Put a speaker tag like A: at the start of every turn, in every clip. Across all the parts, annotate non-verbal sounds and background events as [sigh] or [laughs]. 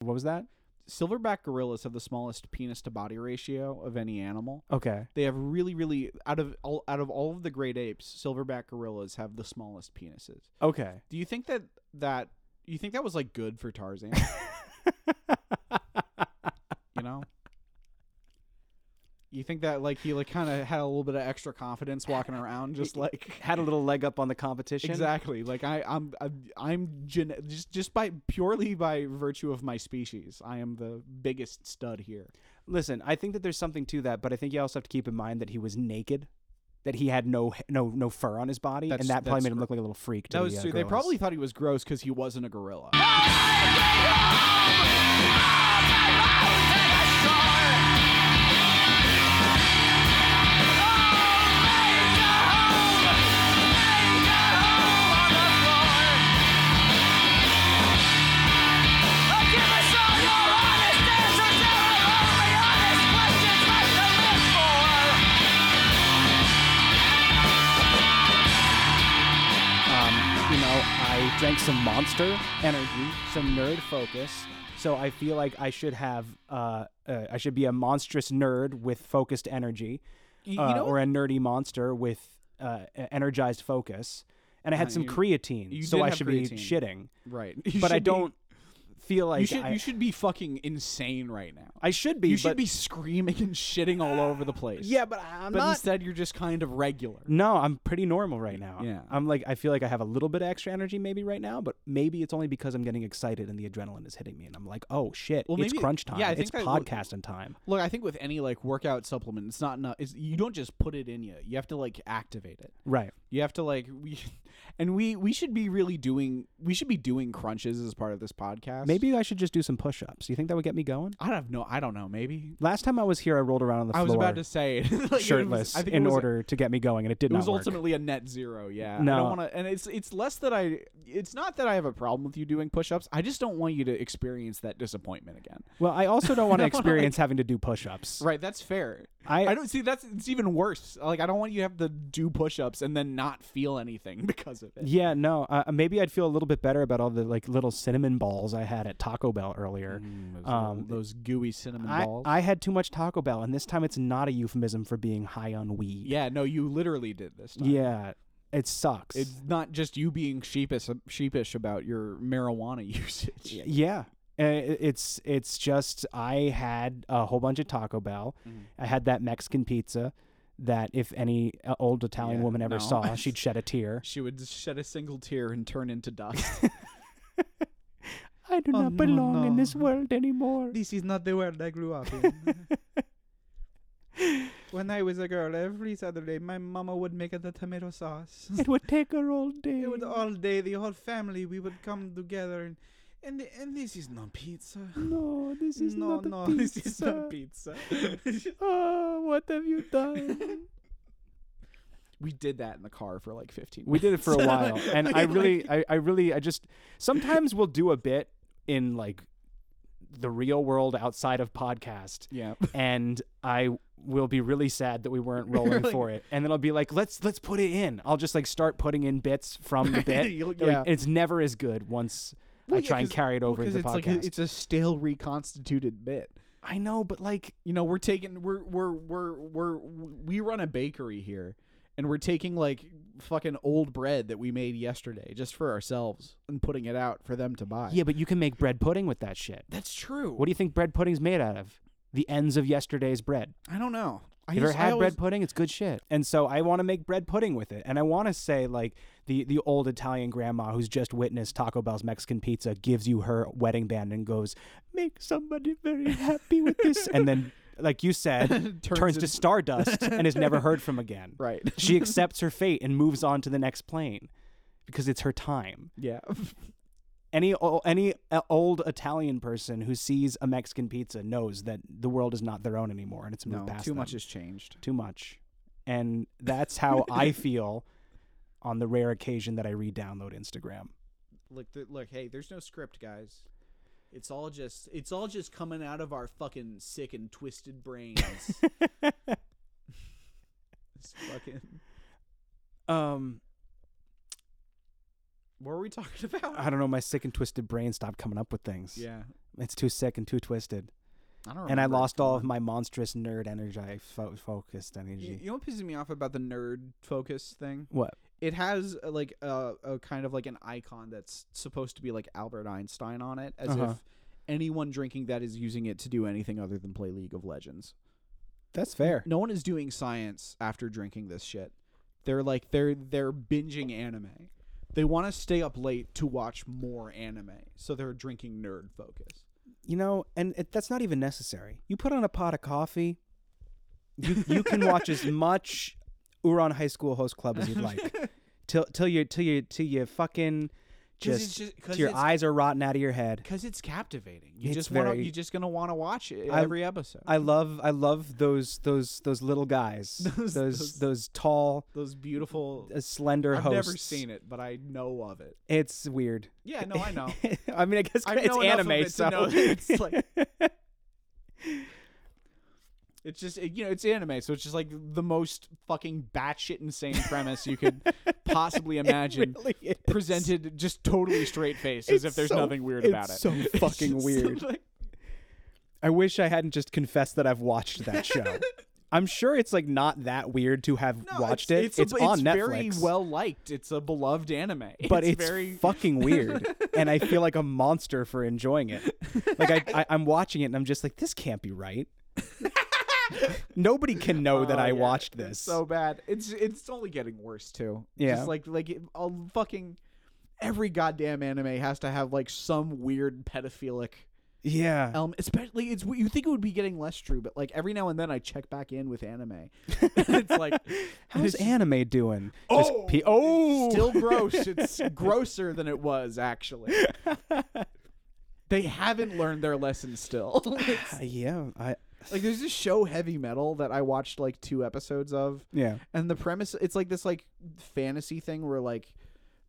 A: What was that?
B: Silverback gorillas have the smallest penis to body ratio of any animal.
A: Okay.
B: They have really, really out of all out of all of the great apes, silverback gorillas have the smallest penises.
A: [laughs] Okay.
B: Do you think that that you think that was like good for Tarzan? you know, you think that like he like kind of had a little bit of extra confidence walking
A: [laughs]
B: around, just like
A: Had a little leg up on the competition.
B: exactly like I I'm I'm, I'm gen- just just by purely by virtue of my species, I am the biggest stud here.
A: Listen, I think that there's something to that, but I think you also have to keep in mind that he was naked, that he had no no no fur on his body,
B: That's-
A: and that probably
B: that's
A: made him
B: gr-
A: look like a little freak. To
B: That
A: the,
B: was
A: uh,
B: true. They
A: gorillas.
B: probably thought he was gross because he wasn't a [laughs] gorilla.
A: Um, you know, I drank some monster energy, some nerd focus. So I feel like I should have, uh, uh, I should be a monstrous nerd with focused energy,
B: You- you
A: uh,
B: know-
A: or a nerdy monster with uh, e- energized focus. And I had
B: Uh,
A: some
B: you-
A: creatine,
B: you
A: so
B: did
A: I
B: have
A: should be
B: creatine.
A: shitting.
B: Right. [laughs]
A: but I don't feel like
B: you should
A: I,
B: you should be fucking insane right now.
A: I should be.
B: you should
A: but-
B: be screaming and shitting all over the place.
A: Yeah, but I'm
B: but
A: not.
B: instead you're just kind of regular.
A: no, I'm pretty normal right now.
B: Yeah.
A: I'm like I feel like I have a little bit of extra energy maybe right now, but maybe it's only because I'm getting excited and the adrenaline is hitting me, and I'm like, oh shit,
B: Well,
A: it's
B: maybe-
A: crunch time.
B: yeah, I
A: it's
B: think that-
A: podcasting time.
B: Look, I think with any like workout supplement, it's not enough. It's, you don't just put it in you. You have to like activate it.
A: Right.
B: You have to like we, [laughs] and we we should be really doing we should be doing crunches as part of this podcast.
A: Maybe I should just do some push-ups. You think that would get me going?
B: I don't know. I don't know. Maybe
A: Last time I was here, I rolled around on the
B: I
A: floor
B: was about to say it. [laughs] Like, it was-
A: shirtless
B: I think it
A: in
B: was-
A: order to get me going, and it did
B: It
A: not
B: was
A: work.
B: ultimately a net zero. Yeah. I
A: No.
B: don't want to. And it's it's less that I. It's not that I have a problem with you doing push-ups. I just don't want you to experience that disappointment again.
A: well, I also
B: [laughs]
A: don't want to
B: I don't wanna,
A: experience having to do push-ups.
B: Right. That's fair.
A: I-
B: I don't see that's it's even worse. Like I don't want you to have to do push-ups and then not feel anything [laughs] because of it.
A: Yeah, no. Uh, maybe I'd feel a little bit better about all the like little cinnamon balls I had at Taco Bell earlier.
B: Mm, those,
A: Um,
B: those gooey cinnamon
A: I,
B: balls.
A: I had too much Taco Bell, and this time it's not a euphemism for being high on weed.
B: yeah. No, you literally did this. Time.
A: Yeah, it sucks.
B: It's not just you being sheepish sheepish about your marijuana [laughs] usage.
A: Y- yeah. Uh, i- It's it's just I had a whole bunch of Taco Bell. I had that Mexican pizza that if any uh, old Italian
B: Yeah,
A: woman ever
B: no.
A: [laughs] saw, she'd shed a tear.
B: She would shed a single tear and turn into dust.
A: I do
B: Oh,
A: not
B: no,
A: belong in this
B: no.
A: world anymore.
B: this is not the world I grew
A: [laughs]
B: up in. when I was a girl, every Saturday my mama would make the tomato sauce.
A: It would take her all day.
C: It would all day, the whole family, we would come together and and, and this is not pizza.
A: No, [laughs] this is
C: no,
A: not a
B: [laughs]
C: no,
A: pizza.
C: this is not
A: [laughs]
C: pizza.
B: "Uh,
A: Oh, what have you done?
B: [laughs] We did that in the car for like 15
A: we did it for a
B: [laughs] minutes.
A: while, and I really, I, I really, I just sometimes we'll do a bit in like the real world outside of podcast,
B: yeah.
A: and I will be really sad that we
B: [laughs]
A: weren't rolling
B: Really?
A: for it, and then I'll be like, let's let's put it in. I'll just like start putting in bits from the bit.
B: [laughs] You'll-
A: They're like-
B: yeah.
A: and it's never as good once I
B: [laughs] Well, yeah,
A: try and
B: 'cause-
A: carry it over
B: Because
A: into the
B: it's
A: podcast.
B: like a, it's a stale reconstituted bit.
A: I know, but like
B: you know we're taking we're we're we're we're we run a bakery here and we're taking like fucking old bread that we made yesterday just for ourselves and putting it out for them to buy
A: yeah, but you can make bread pudding with that shit.
B: that's true
A: What do you think bread pudding's made out of? The ends of yesterday's bread.
B: i don't know i
A: You ever
B: used- I
A: had
B: always-
A: bread pudding? It's good shit. And so I want to make bread pudding with it. And I want to say like the the old Italian grandma who's just witnessed Taco Bell's Mexican pizza gives you her wedding band and goes, "Make somebody very happy with [laughs] this." and then like you [laughs] said, turns, to
B: into-
A: [laughs] stardust and is never heard from again.
B: right [laughs]
A: She accepts her fate and moves on to the next plane because it's her time
B: yeah
A: any o- any uh, old Italian person who sees a Mexican pizza knows that the world is not their own anymore, and it's moved
B: [laughs] no
A: past
B: too
A: them.
B: much has changed
A: too much, and that's how
B: [laughs]
A: I feel on the rare occasion that I re-download Instagram.
B: look th- look hey there's no script guys it's all just it's all just coming out of our fucking sick and
A: [laughs]
B: twisted brains it's fucking
A: Um,
B: What were we talking about?
A: I don't know. My sick and twisted brain stopped coming up with things.
B: yeah,
A: It's too sick and too twisted.
B: I don't.
A: and I
B: remember.
A: lost
B: Come
A: all
B: on.
A: of my monstrous nerd energy, I fo- focused energy.
B: You, you know what pisses me off about the nerd focus thing?
A: What?
B: It has uh, like a, a kind of like an icon that's supposed to be like Albert Einstein on it, as
A: Uh-huh.
B: if anyone drinking that is using it to do anything other than play League of Legends.
A: That's fair.
B: No one is doing science after drinking this shit. They're like they're they're binging anime. They want to stay up late to watch more anime, so they're drinking nerd focus.
A: You know, and it, that's not even necessary. You put on a pot of coffee, you you can watch
B: [laughs]
A: as much Uran High School Host Club as you'd
B: [laughs]
A: like, till till you till you till you fucking
B: it's
A: just,
B: just- 'cause
A: till your
B: it's-
A: eyes are rotting out of your head.
B: Cause it's captivating. You
A: It's
B: just want
A: very-
B: to. You're just gonna want to watch it
A: I-
B: every episode.
A: I love I love those those those little guys, those
B: [laughs] Those-
A: those,
B: those-
A: tall,
B: Those beautiful.
A: uh, slender
B: I've
A: hosts.
B: never seen it, but I know of it.
A: It's weird. [laughs]
B: Yeah, no, I know.
A: I mean, I guess
B: [laughs]
A: [laughs]
B: I
A: it's
B: know enough of
A: anime,
B: it to
A: so
B: [laughs] know that it's like- [laughs] It's just it- you know, it's anime, so it's just like the most fucking batshit insane premise
A: [laughs]
B: you could possibly imagine,
A: really is.
B: presented just totally straight face, as
A: It's
B: if there's
A: so-
B: nothing weird about it.
A: it's so
B: [laughs] It's
A: fucking
B: just
A: weird.
B: like-
A: I wish I hadn't just confessed that I've watched that show.
B: [laughs]
A: I'm sure it's like not that weird to have
B: [laughs] No,
A: watched it. It's,
B: a-
A: on Netflix,
B: very well liked. It's a beloved anime,
A: but it's,
B: very
A: fucking
B: [laughs]
A: weird, and I feel like a monster for enjoying it. Like I, I, I'm watching it, and I'm just like, this can't be
B: [laughs]
A: right. Nobody can know that
B: Oh,
A: I
B: yeah,
A: watched
B: it's
A: this.
B: so bad. It's it's only getting worse too.
A: Yeah.
B: just like like it, a fucking every goddamn anime has to have like some weird pedophilic
A: yeah,
B: element. Especially it's you think it would be getting less true, but like every now and then I check back in with anime. [laughs] it's like
A: [laughs] how's
B: it's
A: anime doing? Just
B: Oh!
A: pe- oh,
B: still gross. It's grosser than it was actually. They haven't learned their lesson still. [laughs]
A: [laughs]
B: It's-
A: yeah, I
B: like there's this show Heavy Metal that I watched like two episodes of
A: yeah.
B: and the premise it's like this like fantasy thing where like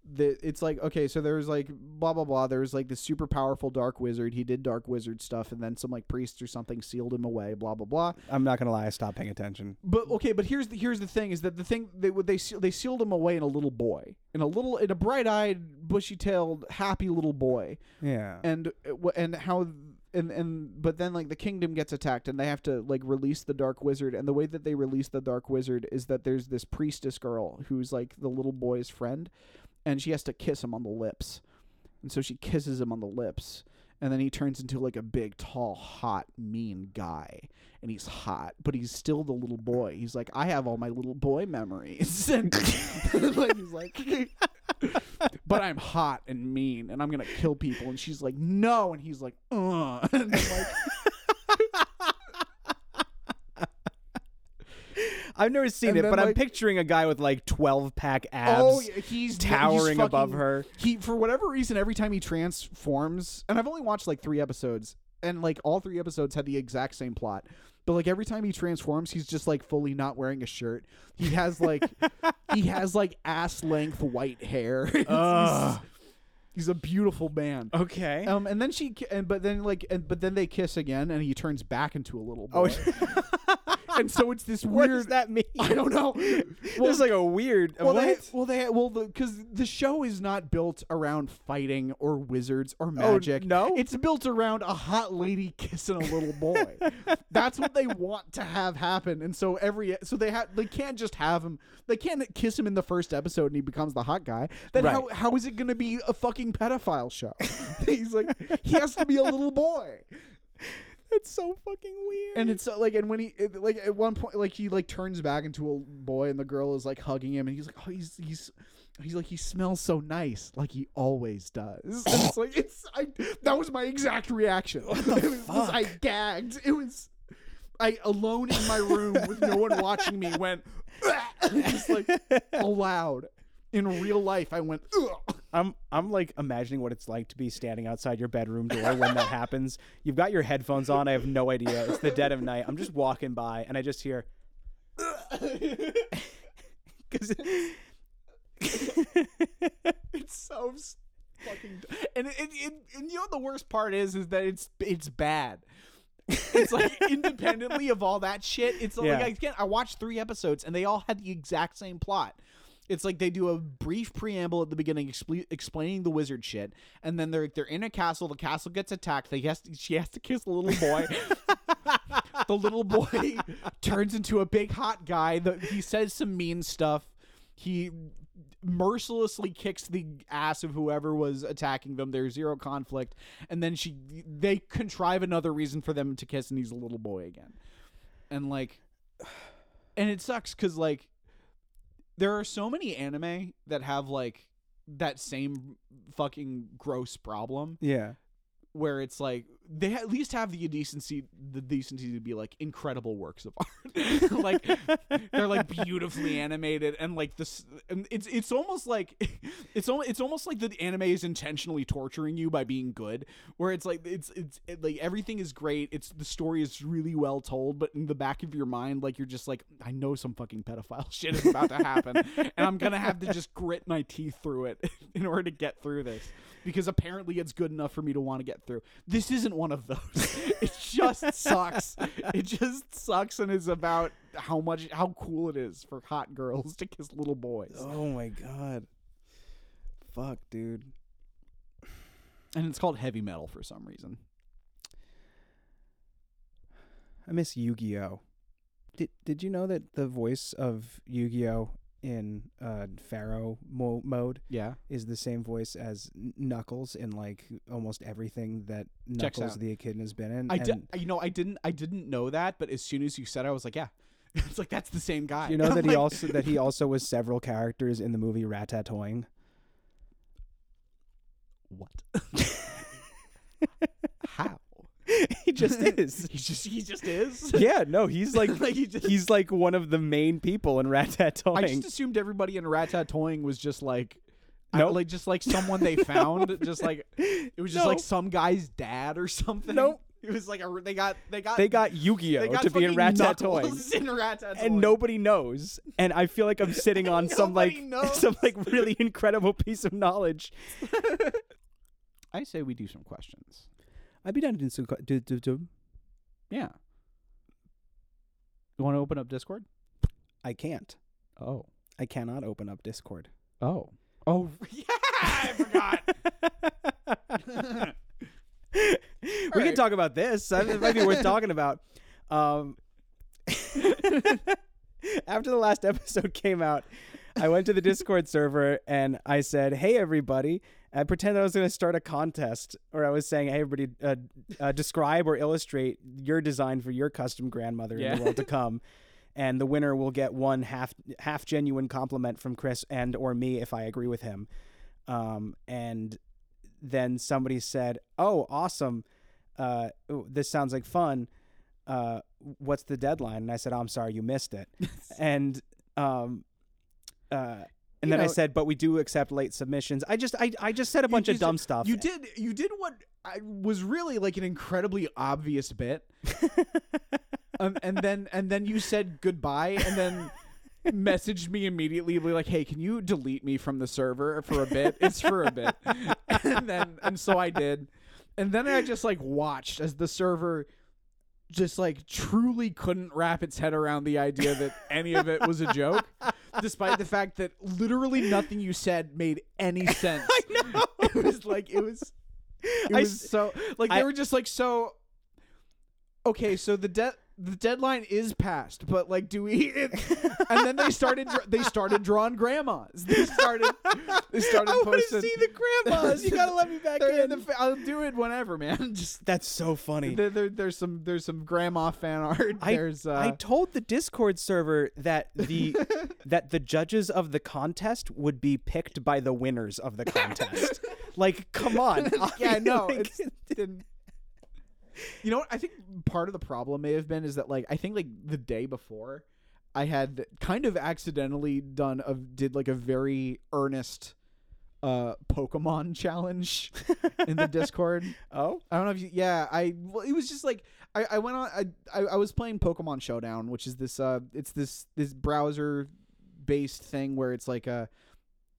B: the it's like okay so there's like blah blah blah there's like this super powerful dark wizard he did dark wizard stuff and then some like priest or something sealed him away blah blah blah
A: I'm not gonna lie, I stopped paying attention.
B: but okay but here's the here's the thing is that the thing they would they seal, they sealed him away in a little boy in a little in a bright-eyed bushy-tailed happy little boy
A: Yeah,
B: and wh- and how and and but then like the kingdom gets attacked and they have to like release the dark wizard and the way that they release the dark wizard is that there's this priestess girl who's like the little boy's friend and she has to kiss him on the lips and so she kisses him on the lips and then he turns into like a big tall hot mean guy and he's hot but he's still the little boy he's like i have all my little boy memories [laughs] and like he's like but I'm hot and mean and I'm gonna kill people. And she's like, no. And he's like, ugh. [laughs] And I'm like,
A: I've never seen
B: And
A: it,
B: then,
A: but I'm
B: like-
A: picturing a guy with like 12 pack abs.
B: oh, yeah, he's
A: towering
B: he's
A: above
B: fucking-
A: her.
B: He for whatever reason, every time he transforms, and I've only watched like three episodes, and like all three episodes had the exact same plot. But like every time he transforms, he's just like fully not wearing a shirt. He has like
A: [laughs]
B: he has like ass length white hair. [laughs] It's- he's,
A: Ugh.
B: he's a beautiful man.
A: Okay.
B: Um, and then she, ki- and but then like, and but then they kiss again, and he turns back into a little boy.
A: [laughs]
B: and so it's this
A: Oh, what does
B: weird.
A: that mean?
B: I
A: [laughs]
B: don't know.
A: There's like a weird.
B: well,
A: what?
B: they, well, they, well, because the, show is not built around fighting or wizards or magic.
A: Oh, no?
B: it's built around a hot lady [laughs] kissing a little boy. That's what they want to have happen, and so every so they have they can't just have him. They can't kiss him in the first episode and he becomes the hot guy. Then
A: Right.
B: how how is it going to be a fucking pedophile show? [laughs] He's like he has to be a little boy
A: That's so fucking weird.
B: and it's uh, like and when he it- like at one point like he like turns back into a boy and the girl is like hugging him and he's like oh he's he's he's like he smells so nice like he always does [laughs] And it's like it's i that was my exact reaction [laughs] It was- i gagged it was i alone in my room with no one watching me
A: [laughs]
B: went [laughs] just like aloud in real life i went "Ugh."
A: I'm I'm like imagining what it's like to be standing outside your bedroom door when [laughs] that happens. You've got your headphones on. I have no idea. It's the dead of night. I'm just walking by and I just hear because
B: It's so s- fucking. And it, it, it, and you know what the worst part is is that it's it's bad. It's like independently of all that shit. It's
A: Yeah.
B: like again, I watched three episodes and they all had the exact same plot. It's like they do a brief preamble at the beginning, expl- explaining the wizard shit, and then they're they're in a castle. The castle gets attacked. They has to, she has to kiss the little boy. the little boy turns into a big hot guy. The, he says some mean stuff. He mercilessly kicks the ass of whoever was attacking them. There's zero conflict, and then she they contrive another reason for them to kiss, and he's a little boy again, and like, and it sucks because like there are so many anime that have like that same fucking gross problem
A: Yeah.
B: where it's like they at least have the decency the decency to be like incredible works of [laughs] art like they're like beautifully animated and like this and it's it's almost like [laughs] it's almost it's almost like the anime is intentionally torturing you by being good where it's like it's it's it, like everything is great it's the story is really well told but in the back of your mind like you're just like i know some fucking pedophile [laughs] shit is about to happen and i'm gonna have to just grit my teeth through it in order to get through this because apparently it's good enough for me to want to get through this isn't one of those [laughs] it just sucks it just sucks and is about how much how cool it is for hot girls to kiss little boys
A: [laughs] Oh my god. Fuck, dude.
B: and it's called heavy metal for some reason
A: I miss Yu-Gi-Oh. Did Did you know that the voice of Yu-Gi-Oh in uh, Pharaoh mo- mode
B: yeah
A: is the same voice as N- Knuckles in like almost everything that
B: Checks
A: Knuckles
B: out.
A: the Echidna has been in?
B: i di-
A: and
B: you know i didn't i didn't know that but as soon as you said it, i was like yeah [laughs] it's like that's the same guy [laughs]
A: you know that he
B: Like-
A: also that he also was several characters in the movie Ratatouille.
B: what
A: [laughs]
B: [laughs] how
A: he [laughs] just is.
B: [laughs] he just he just is
A: Yeah, no, he's [laughs] like
B: [laughs] like he just
A: he's like one of the main people in
B: I
A: Ratatouille.
B: just assumed everybody in Ratatouille was just like, I-
A: Nope.
B: like just like someone
A: [laughs]
B: they found, just like it was just
A: No.
B: like some guy's dad or something.
A: Nope.
B: it was like a, they got they got
A: they got Yu-Gi-Oh
B: they got
A: to be in
B: fucking
A: Ratatouille.
B: Knuckles in Ratatouille,
A: and nobody knows and i feel like i'm sitting
B: [laughs]
A: on some like
B: Nobody knows.
A: [laughs] some like
B: [laughs]
A: really incredible piece of knowledge
B: I say we do some questions.
A: i'd be down to do some do, do, do.
B: Yeah. You want to open up Discord?
A: i can't
B: Oh,
A: i cannot open up discord
B: [laughs]
A: [laughs]
B: oh, oh, yeah! I forgot.
A: we can
B: right.
A: talk about this I- it might be worth talking about um [laughs] after the last episode came out i went to the discord server and i said hey everybody i pretended i was going to start a contest or i was saying hey everybody uh, uh, describe or illustrate your design for your custom grandmother in
B: Yeah.
A: the world to come and the winner will get one half half genuine compliment from chris and or me if i agree with him um, and then somebody said oh awesome uh, ooh, this sounds like fun uh, what's the deadline? And I said, oh, I'm sorry, you missed [laughs] it. and um, uh, and
B: You
A: then I
B: know-
A: said, but we do accept late submissions. I just, I, I just said a bunch of
B: just-
A: dumb stuff.
B: You did you did what I was really like an incredibly obvious
A: [laughs]
B: bit. um, and then and then you said goodbye and then
A: [laughs]
B: messaged me immediately like hey can you delete me from the server for a bit it's for
A: [laughs]
B: a bit and then and so i did and then i just like watched as the server just like truly couldn't wrap its head around the idea that any of it was a
A: [laughs]
B: joke despite the fact that literally nothing you said made
A: [laughs]
B: any sense i know it was like it was it
A: I
B: was
A: s-
B: so like they
A: I-
B: were just like so okay so the de- the deadline is passed but like
A: [laughs]
B: do we it, and then they started dr- they started drawing grandmas they started they started
A: I want
B: posting
A: to see the
B: [laughs]
A: grandmas. you gotta let me back
B: They're
A: in.
B: in the fa- I'll do it whenever man [laughs]
A: [laughs]
B: just
A: That's so funny.
B: there, there, there's some there's some grandma fan art
A: [laughs] I,
B: there's uh [laughs]
A: I told the Discord server that [laughs] the that the judges of the contest would be picked by the winners of the [laughs] contest. like, come on.
B: [laughs] yeah, I know.
A: Like, [laughs]
B: It's, didn't- you know what? I think part of the problem may have been is that like I think like the day before, I had kind of accidentally done a did like a very earnest uh Pokemon [laughs] challenge in the Discord.
A: [laughs] oh,
B: I don't know if you yeah, I well, it was just like I, I went on I, I I was playing Pokemon Showdown, which is this uh it's this this browser based thing where it's like a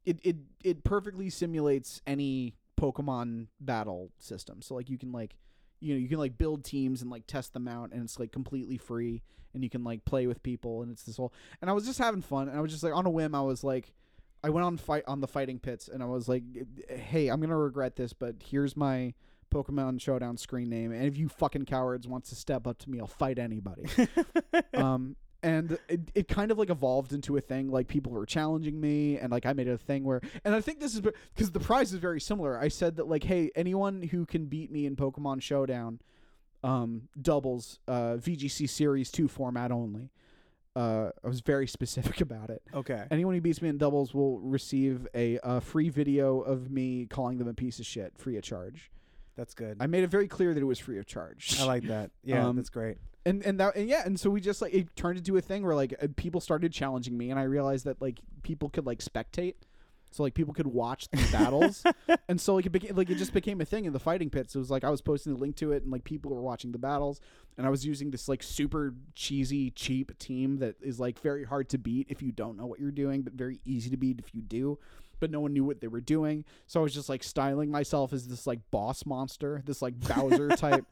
B: it it it perfectly simulates any Pokemon battle system. So like you can like you know, you can like build teams and like test them out and it's like completely free and you can like play with people and it's this whole and I was just having fun and I was just like on a whim I was like I went on fight on the fighting pits, and I was like, "Hey, I'm gonna regret this, but here's my Pokemon Showdown screen name, and if you fucking cowards wants to step up to me, I'll fight anybody." um, and it, it kind of like evolved into a thing. Like people were challenging me, and like I made it a thing where, and I think this is because the prize is very similar. I said that like, "Hey, anyone who can beat me in Pokemon Showdown." Um, doubles uh, VGC Series 2 format only. Uh, I was very [laughs] specific about it.
A: Okay.
B: Anyone who beats me in doubles will receive a uh, free video of me calling them a piece of shit, free of charge.
A: That's good.
B: I made it very clear that it was free of charge.
A: I like that. Yeah,
B: Um,
A: that's great.
B: and and that and yeah, and so we just like it turned into a thing where like uh, people started challenging me, and I realized that like people could like spectate, so like people could watch the battles, and so like it became like it just became a thing in the fighting pits. It was like I was posting the link to it, and like people were watching the battles, and I was using this like super cheesy, cheap team that is like very hard to beat if you don't know what you're doing, but very easy to beat if you do. But no one knew what they were doing, so I was just like styling myself as this like boss monster, this like Bowser type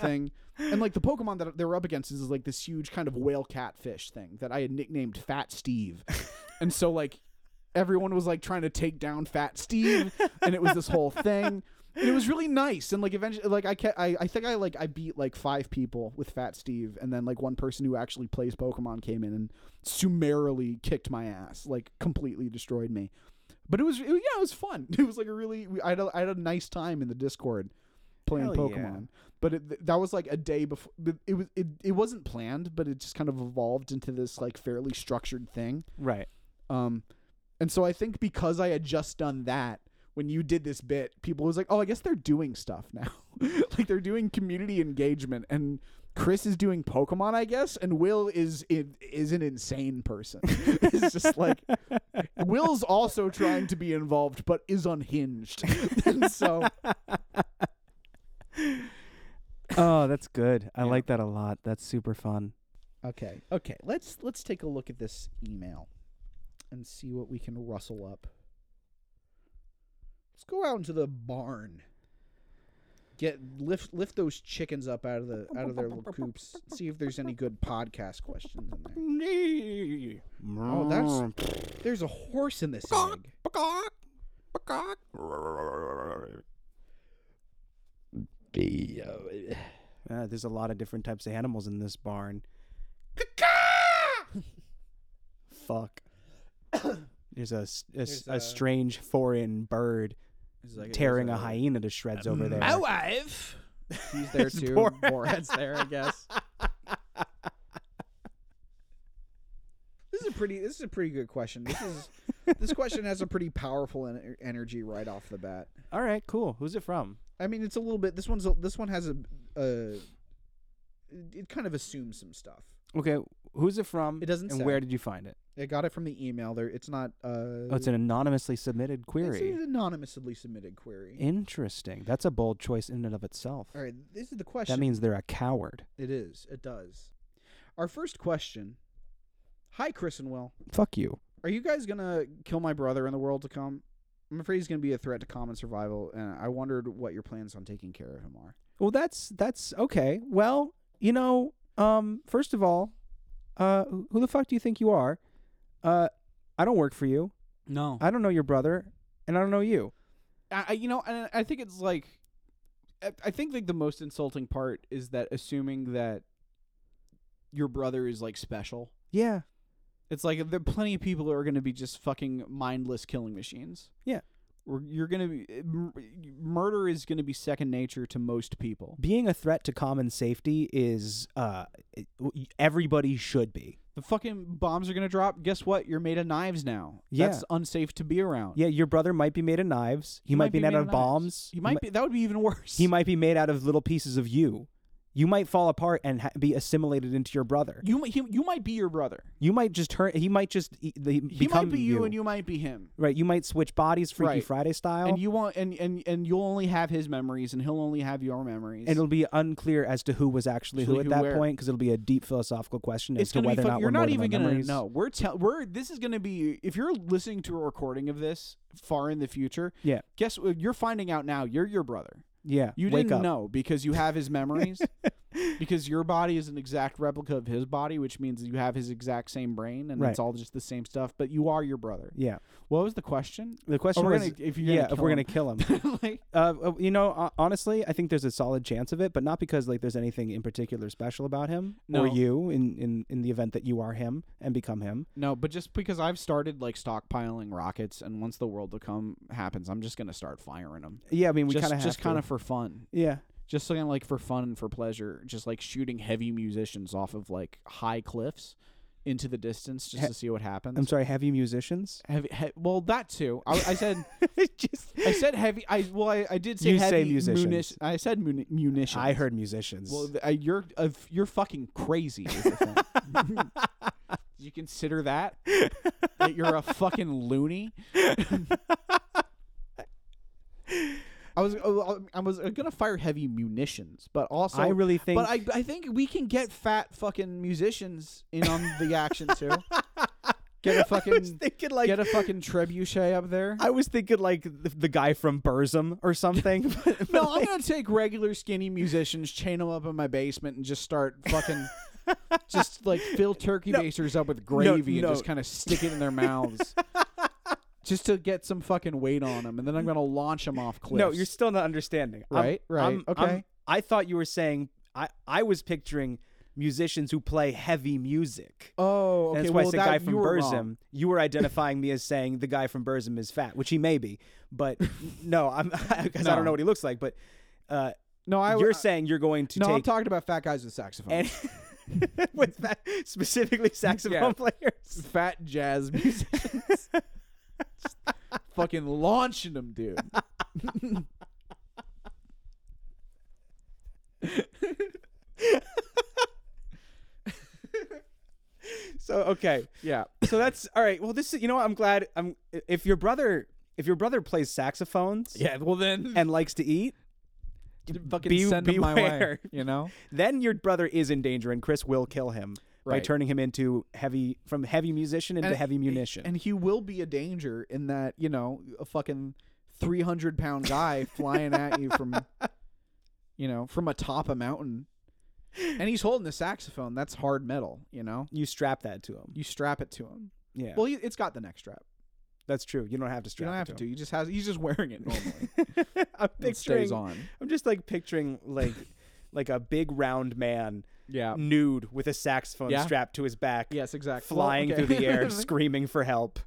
B: thing. And like the Pokemon that they were up against is like this huge kind of whale catfish thing that I had nicknamed Fat Steve. and so like everyone was like trying to take down Fat Steve and it was this whole thing. And it was really nice and like eventually like I kept, I I think I like I beat like 5 people with Fat Steve and then like one person who actually plays Pokemon came in and summarily kicked my ass, like completely destroyed me. But it was it, yeah, it was fun. [laughs] It was like a really I had a, I had a nice time in the Discord playing
A: Hell yeah.
B: Pokemon but it, th- that was like a day before it was it, it wasn't planned but it just kind of evolved into this like fairly structured thing
A: [laughs] Right.
B: um and so i think because i had just done that when you did this bit people was like oh i guess they're doing stuff now [laughs] like they're doing community engagement and chris is doing pokemon i guess and will is is, is an insane person [laughs] it's just like will's also trying to be involved but is unhinged [laughs] and so
A: Oh, that's good. I like that a lot. That's super fun.
B: Okay. Okay. Let's let's take a look at this email and see what we can rustle up. Let's go out into the barn. Get lift lift those chickens up out of the out of their little coops. See if there's any good podcast questions in there.
A: Oh,
B: that's- There's a horse in this egg.
A: Uh, there's a lot of different types of animals in this barn. [laughs] Fuck. [coughs] There's a, s- a s-
C: There's
A: a
C: a-
A: strange foreign bird
C: It's like-
A: tearing a
C: it's like-
A: hyena to shreds over there.
C: My wife.
A: [laughs]
B: He's there
A: There's
B: too. [laughs]
A: Borat.
B: Borat's there, I guess. This is a pretty. This is a pretty good question. This is. This question has a pretty powerful en- energy right off the bat.
A: All right, cool. Who's it from?
B: I mean, it's a little bit. This one's. A, this one has a. a it kind of assumes some stuff.
A: Okay, who's it from?
B: It doesn't
A: And
B: say.
A: where did you find it?
B: I got it from the email. There, it's not. Uh,
A: Oh, it's an anonymously submitted
B: it's
A: query.
B: an anonymously submitted query.
A: Interesting. That's a bold choice in and of itself.
B: All right, this is the question.
A: That means they're a coward.
B: it is. It does. Our first question. Hi, Chris and Will.
A: Fuck you.
B: Are you guys gonna kill my brother in the world to come? I'm afraid he's gonna be a threat to common survival, and I wondered what your plans on taking care of him are.
A: Well, that's that's okay. Well, you know, um, first of all, uh, who who the fuck do you think you are? Uh, I don't work for you.
C: No.
A: I don't know your brother, and I don't know you.
B: I, I you know, and I think it's like, I, I think like the most insulting part is that assuming that your brother is like special.
A: Yeah,
B: It's like there are plenty of people who are gonna be just fucking mindless killing machines.
A: Yeah.
B: Or You're gonna be m- murder is gonna be second nature to most people.
A: being a threat to common safety is uh, it- everybody should be.
B: The fucking bombs are gonna drop. Guess what? You're made of knives now.
A: Yeah.
B: That's unsafe to be around.
A: Yeah, your brother might be made of knives. He, might, be made, out of
B: knives.
A: bombs.
B: He might be. That would be even worse.
A: He might be made out of little pieces of you. You might fall apart and ha- be assimilated into your brother.
B: You might. He, you might be your brother.
A: You might just turn. He might just e- the, become
B: He might be you, and you might be him.
A: Right. You might switch bodies, Freaky
B: Right.
A: Friday style,
B: And you won't. And and and you'll only have his memories, and he'll only have your memories.
A: and it'll be unclear as to who was actually who
B: Actually
A: at
B: who
A: that point
B: where.
A: point because it'll be a deep philosophical question as
B: it's
A: to
B: gonna be.
A: whether or
B: fuck-
A: not
B: you're
A: we're more
B: not
A: than
B: even
A: our
B: gonna
A: memories.
B: know. We're tell. We're. This is gonna be. If you're listening to a recording of this far in the future. uh,
A: Yeah.
B: Guess what? You're finding out now. You're your brother.
A: Yeah.
B: You
A: wake
B: didn't
A: up.
B: [laughs] know because you have his memories. because your body is an exact replica of his body, which means you have his exact same brain and
A: Right.
B: it's all just the same stuff. But you are your brother.
A: Yeah.
B: What was the question?
A: The question
B: we're
A: was,
B: gonna- if you're gonna
A: yeah, if
B: kill
A: we're
B: him.
A: gonna kill him.
B: [laughs] like,
A: Uh, uh, you know, uh, honestly, I think there's a solid chance of it, but not because like there's anything in particular special about him
B: No.
A: or you. In, in in the event that you are him and become him,
B: no, but just because I've started like stockpiling rockets, and once the world to come happens, I'm just gonna start firing them.
A: yeah. I mean, we
B: just
A: kind of
B: just
A: kind
B: of for fun,
A: yeah.
B: just so kinda, like for fun and for pleasure, just like shooting heavy musicians off of like high cliffs into the distance just
A: He-
B: to see what happens.
A: I'm sorry, heavy
B: [laughs]
A: musicians.
B: Heavy, he- well, that too. I, I said,
A: just
B: I
A: [laughs]
B: said heavy. I well, I, I did say
A: You say
B: heavy
A: musicians.
B: munition- I said muni- munitions.
A: I heard musicians.
B: Well, th- uh, you're uh, you're fucking crazy. is the
A: [laughs]
B: thing. you consider that that you're a fucking
A: [laughs]
B: loony. I was oh, I was gonna fire heavy munitions, but also
A: I really think.
B: but I I think we can get fat fucking musicians in on the action
A: [laughs]
B: too. get
A: I
B: a
A: was
B: fucking
A: thinking like
B: get a fucking trebuchet up there.
A: I was thinking like the, the guy from Burzum or something. [laughs] but- but,
B: [laughs] No, I'm
A: like,
B: gonna take regular skinny musicians, chain them up in my basement, and just start
A: [laughs]
B: fucking, just like fill turkey
A: No.
B: basers up with gravy
A: no.
B: and just kind of stick it in their mouths,
A: [laughs]
B: just to get some fucking weight on them, and then I'm gonna launch them off cliffs.
A: no, you're still not understanding. I'm-
B: Right, right,
A: I'm- I'm-
B: okay.
A: I thought you were saying I I was picturing musicians who play heavy music.
B: oh, okay.
A: That's why
B: well,
A: I said
B: that,
A: guy from
B: you were wrong.
A: Burzum. You were identifying me as saying the guy from Burzum is fat, which he may be,
B: [laughs]
A: but no, I'm [laughs] because I
B: No.
A: don't know what he looks like. But uh,
B: No, I
A: you're
B: I-
A: saying you're going to
B: no. I'm
A: take
B: talking about fat guys with saxophones,
A: and [laughs] with that specifically saxophone players.
B: [laughs] fat jazz musicians, [laughs] Just fucking launching them, dude.
A: So okay,
B: Yeah.
A: so that's all right. Well, this is you know what? I'm glad. I'm if your brother if your brother plays saxophones
B: Yeah. Well, [laughs] then
A: and likes to eat,
B: fucking
A: be-
B: send 'em my way.
A: beware.
B: [laughs] You know.
A: then your brother is in danger, and Chris will kill him by
B: Right.
A: turning him into heavy from heavy musician into
B: And-
A: heavy munition.
B: and he will be a danger in that you know a fucking 300 pound guy [laughs] flying at you from you know from atop a mountain and he's holding the saxophone that's hard metal you know
A: you strap that to him.
B: you strap it to him
A: Yeah,
B: well you- it's got the neck strap
A: that's true. You don't have to
B: you
A: strap.
B: don't
A: it
B: have to you just has he's just wearing it [laughs] normally
A: [laughs] I'm
B: it stays
A: picturing.
B: on
A: I'm just like picturing like like a big round man
B: yeah
A: nude with a saxophone
B: Yeah.
A: strapped to his back,
B: Mm, yes exactly Well,
A: flying
B: okay. [laughs]
A: through the air, screaming for help.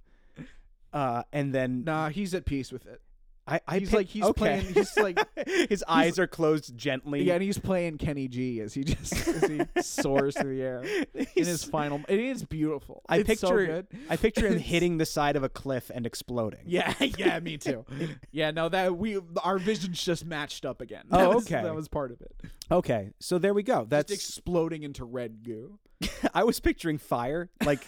A: Uh, and then
B: nah he's at peace with it
A: I, I
B: he's
A: pic-
B: like he's
A: okay.
B: playing he's like
A: [laughs] his eyes are closed gently.
B: yeah and he's playing kenny g as he just as
A: [laughs]
B: he soars through the air in his final. It is beautiful.
A: I
B: It's
A: picture
B: so good.
A: I picture
B: [laughs]
A: him hitting the side of a cliff and exploding.
B: Yeah, yeah,
A: [laughs]
B: me too. yeah, no, that we our visions just matched up again.
A: Oh,
B: That was-
A: okay.
B: that was part of it.
A: Okay, so there we go. That's
B: Just exploding into red goo.
A: [laughs] I was picturing fire,
B: [laughs]
A: like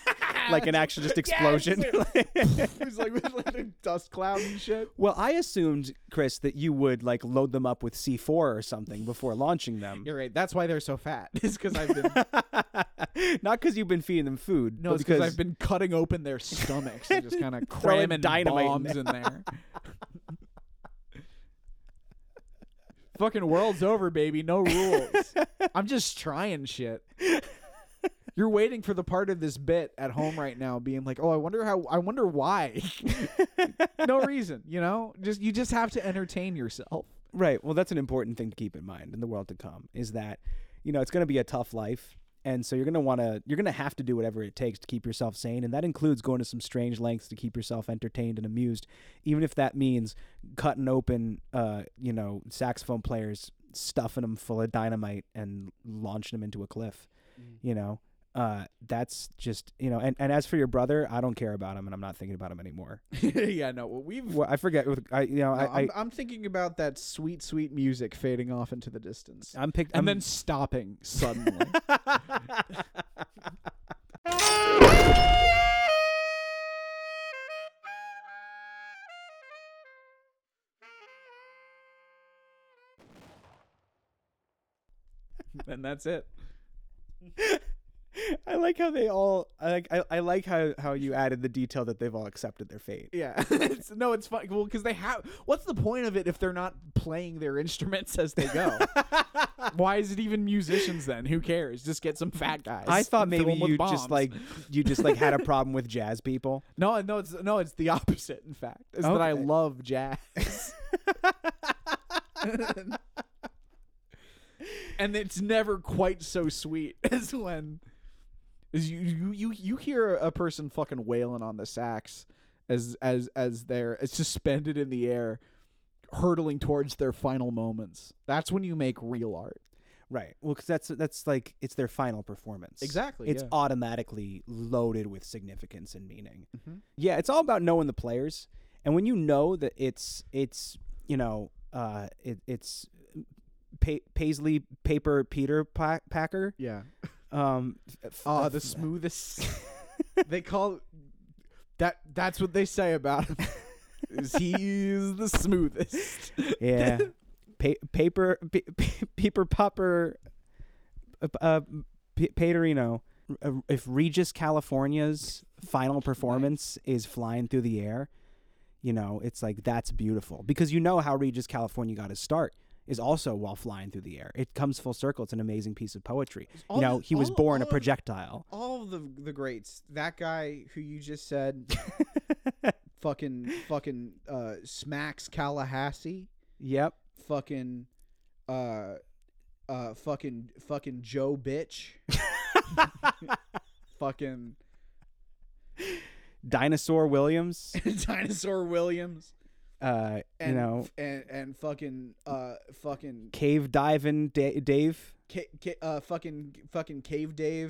A: like an actual just explosion.
B: it's like with like dust cloud and shit.
A: [laughs] well, I assumed, Chris, that you would like load them up with C four or something before launching them.
B: You're right. That's why they're so fat. [laughs] It's because I've been
A: [laughs] Not because you've been feeding them food.
B: no,
A: but
B: it's because I've been cutting open their stomachs and just kind of
A: [laughs] Throwing
B: cramming
A: dynamite in
B: bombs in there. [laughs] Fucking world's over, baby.
A: [laughs]
B: No rules. I'm just trying shit. You're waiting for the part of this bit at home right now, being like, "Oh, I wonder how. I wonder why." [laughs] no reason, you know. Just you just have to entertain yourself. [laughs]
A: Right. Well, that's an important thing to keep in mind in the world to come is that, you know, it's going to be a tough life. And so you're going to want to, you're going to have to do whatever it takes to keep yourself sane. And that includes going to some strange lengths to keep yourself entertained and amused, even if that means cutting open, uh, you know, saxophone players, stuffing them full of dynamite and launching them into a cliff,
B: Mm.
A: you know. Uh, that's just you know, and, and as for your brother, I don't care about him, and I'm not thinking about him anymore.
B: yeah, no. Well, we've
A: Well, I forget. with- I you know,
B: No,
A: I, I
B: I'm, I'm thinking about that sweet, sweet music fading off into the distance.
A: I'm picked.
B: and
A: I'm,
B: then stopping [laughs] suddenly. and that's it.
A: I like how they all. I like. I, I like how how you added the detail that they've all accepted their fate.
B: Yeah, [laughs] it's, no, it's fun. Well, because they have. What's the point of it if they're not playing their instruments as they
A: [laughs]
B: go? Why is it even musicians then? Who cares? Just get some fat guys.
A: I thought
B: and fill
A: maybe
B: 'em with
A: you
B: bombs.
A: just like you just like had a problem with jazz
B: [laughs]
A: people.
B: No, no, it's no, it's the opposite. In fact, is that I
A: Okay.
B: love jazz. and it's never quite so sweet [laughs] as when is you you you, you hear a person fucking wailing on the sax as as as they're it's suspended in the air hurtling towards their final moments that's when you make real art
A: Right. Well, because that's that's like it's their final performance.
B: Exactly,
A: It's
B: yeah.
A: automatically loaded with significance and meaning.
B: Mhm.
A: Yeah, it's all about knowing the players, and when you know that it's it's you know uh it, it's uh, pa- Paisley Paper Peter pa- Packer.
B: yeah
A: Um,
B: Ah, the smoothest. they call that. That's what they say about him. Is he's the smoothest.
C: [laughs]
A: yeah, pa- paper p- p- paper popper, uh, uh P- Paterino. Uh, If Regis California's final performance is flying through the air, you know it's like that's beautiful because you know how Regis California got his start is also while flying through the air. It comes full circle. It's an amazing piece of poetry.
C: All
A: you know
C: the-
A: he was
C: all-
A: born a
C: all of-
A: projectile.
C: all the the greats. That guy who you just
A: [laughs]
C: said, fucking fucking uh, smacks Tallahassee.
A: Yep.
C: Fucking, uh, uh, fucking fucking
A: [laughs]
C: Joe bitch. fucking
A: Dinosaur
C: [laughs]
A: Williams.
C: dinosaur Williams.
A: Uh,
C: And,
A: you know
C: and and fucking uh fucking
A: cave diving da- Dave.
C: ca- ca- uh fucking fucking cave Dave.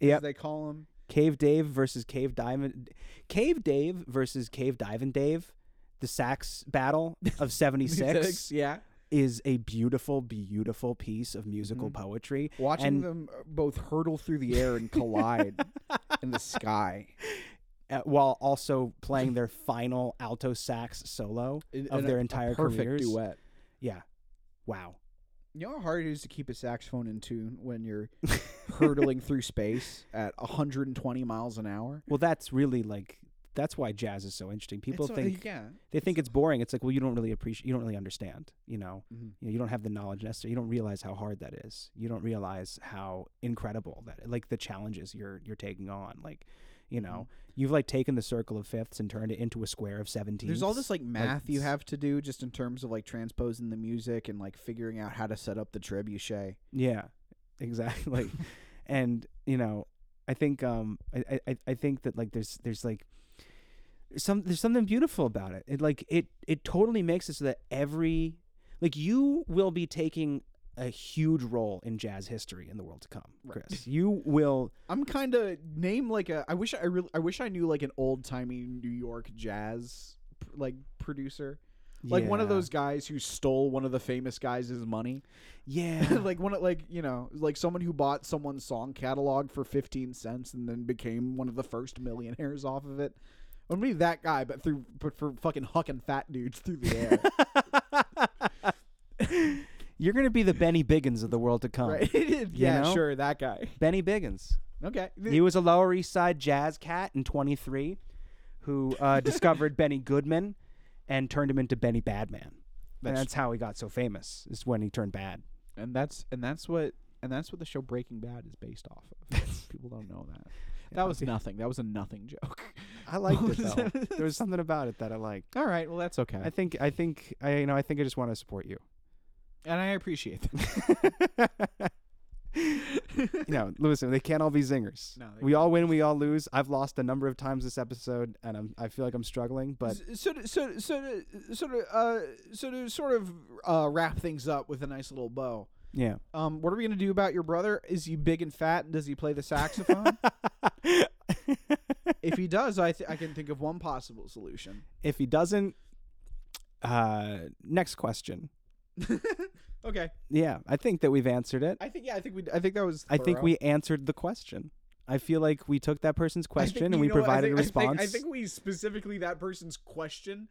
C: as
A: Yep.
C: they call him. [laughs]
A: Cave Dave versus Cave Diamond, Cave Dave versus Cave Diving Dave, the sax battle of '76
B: Yeah.
A: is a beautiful, beautiful piece of musical poetry.
C: Watching
A: And-
C: them uh, both hurtle through the air
A: [laughs]
C: and collide in the sky.
A: uh, while also playing their final alto sax solo
C: In-
A: of
C: in a-
A: their
C: a
A: entire
B: Perfect
A: careers.
B: duet.
A: Yeah, wow.
C: You know how hard it is to keep a saxophone in tune when you're hurtling through space at 120 miles an hour?
A: Well, that's really like that's why jazz is so interesting. People
C: It's a-
A: think
C: yeah.
A: they think it's boring. It's like, well, you don't really appreciate, you don't really understand, you know,
C: Mhm.
A: you know, you don't have the knowledge necessary. You don't realize how hard that is. You don't realize how incredible that, like, the challenges you're you're taking on. Like, you know,
C: Mm-hmm.
A: you've like taken the circle of fifths and turned it into a square of seventeen.
C: There's all this like math you
A: it's-
C: have to do just in terms of like transposing the music and like figuring out how to set up the trebuchet.
A: yeah,
B: [laughs]
A: exactly. and you know, I think um, I, I- I I think that like there's there's like some there's something beautiful about it. It like it it totally makes it so that every like you will be taking a huge role in jazz history in the world to come, Chris. You will
B: I'm kind of name like a. I wish I really. I wish I knew like an old timey New York jazz pr- like producer, like one of
A: Yeah.
B: those guys who stole one of the famous guys' [laughs] money.
A: yeah
B: like one of- like you know like someone who bought someone's song catalog for 15 cents and then became one of the first millionaires off of it or maybe that guy but through but for fucking hucking fat dudes through the [laughs] air
A: you're gonna be the Benny Biggins of the world to come.
B: right [laughs] yeah
A: know?
B: sure that guy
A: Benny Biggins.
B: okay
A: He was a Lower East Side jazz cat in 23 who [laughs] uh, discovered Benny Goodman and turned him into Benny Badman. and
B: That's-
A: that's how he got so famous, is when he turned bad.
B: and that's and that's what and that's what the show breaking bad is based off [laughs] of people don't know that that was nothing that was a nothing joke
A: I [laughs] liked it, though. there was something about it that I liked.
B: all right well that's okay
A: I think, I think, I, you know, I think I just want to support [laughs] you.
B: and i appreciate that
A: You know, listen, they can't all be zingers.
B: No, they
A: we all win, we all lose. I've lost a number of times this episode, and I'm, I feel like I'm struggling, but
B: so to, so to- so to, so to, uh so to sort of uh wrap things up with a nice little bow.
A: yeah.
B: Um, what are we gonna do about your brother? Is he big and fat, and does he play the saxophone? [laughs] if he does, I th- I can think of one possible solution.
A: If he doesn't, uh, next question.
B: Okay,
A: Yeah, I think that we've answered it.
B: I think yeah, I think we I think that was.
A: I think
B: thorough.
A: we answered the question. I feel like we took that person's
B: I think-
A: question
B: you
A: and we
B: know what, I
A: provided
B: think-
A: a
B: I think-
A: response.
B: I think, we specifically that person's question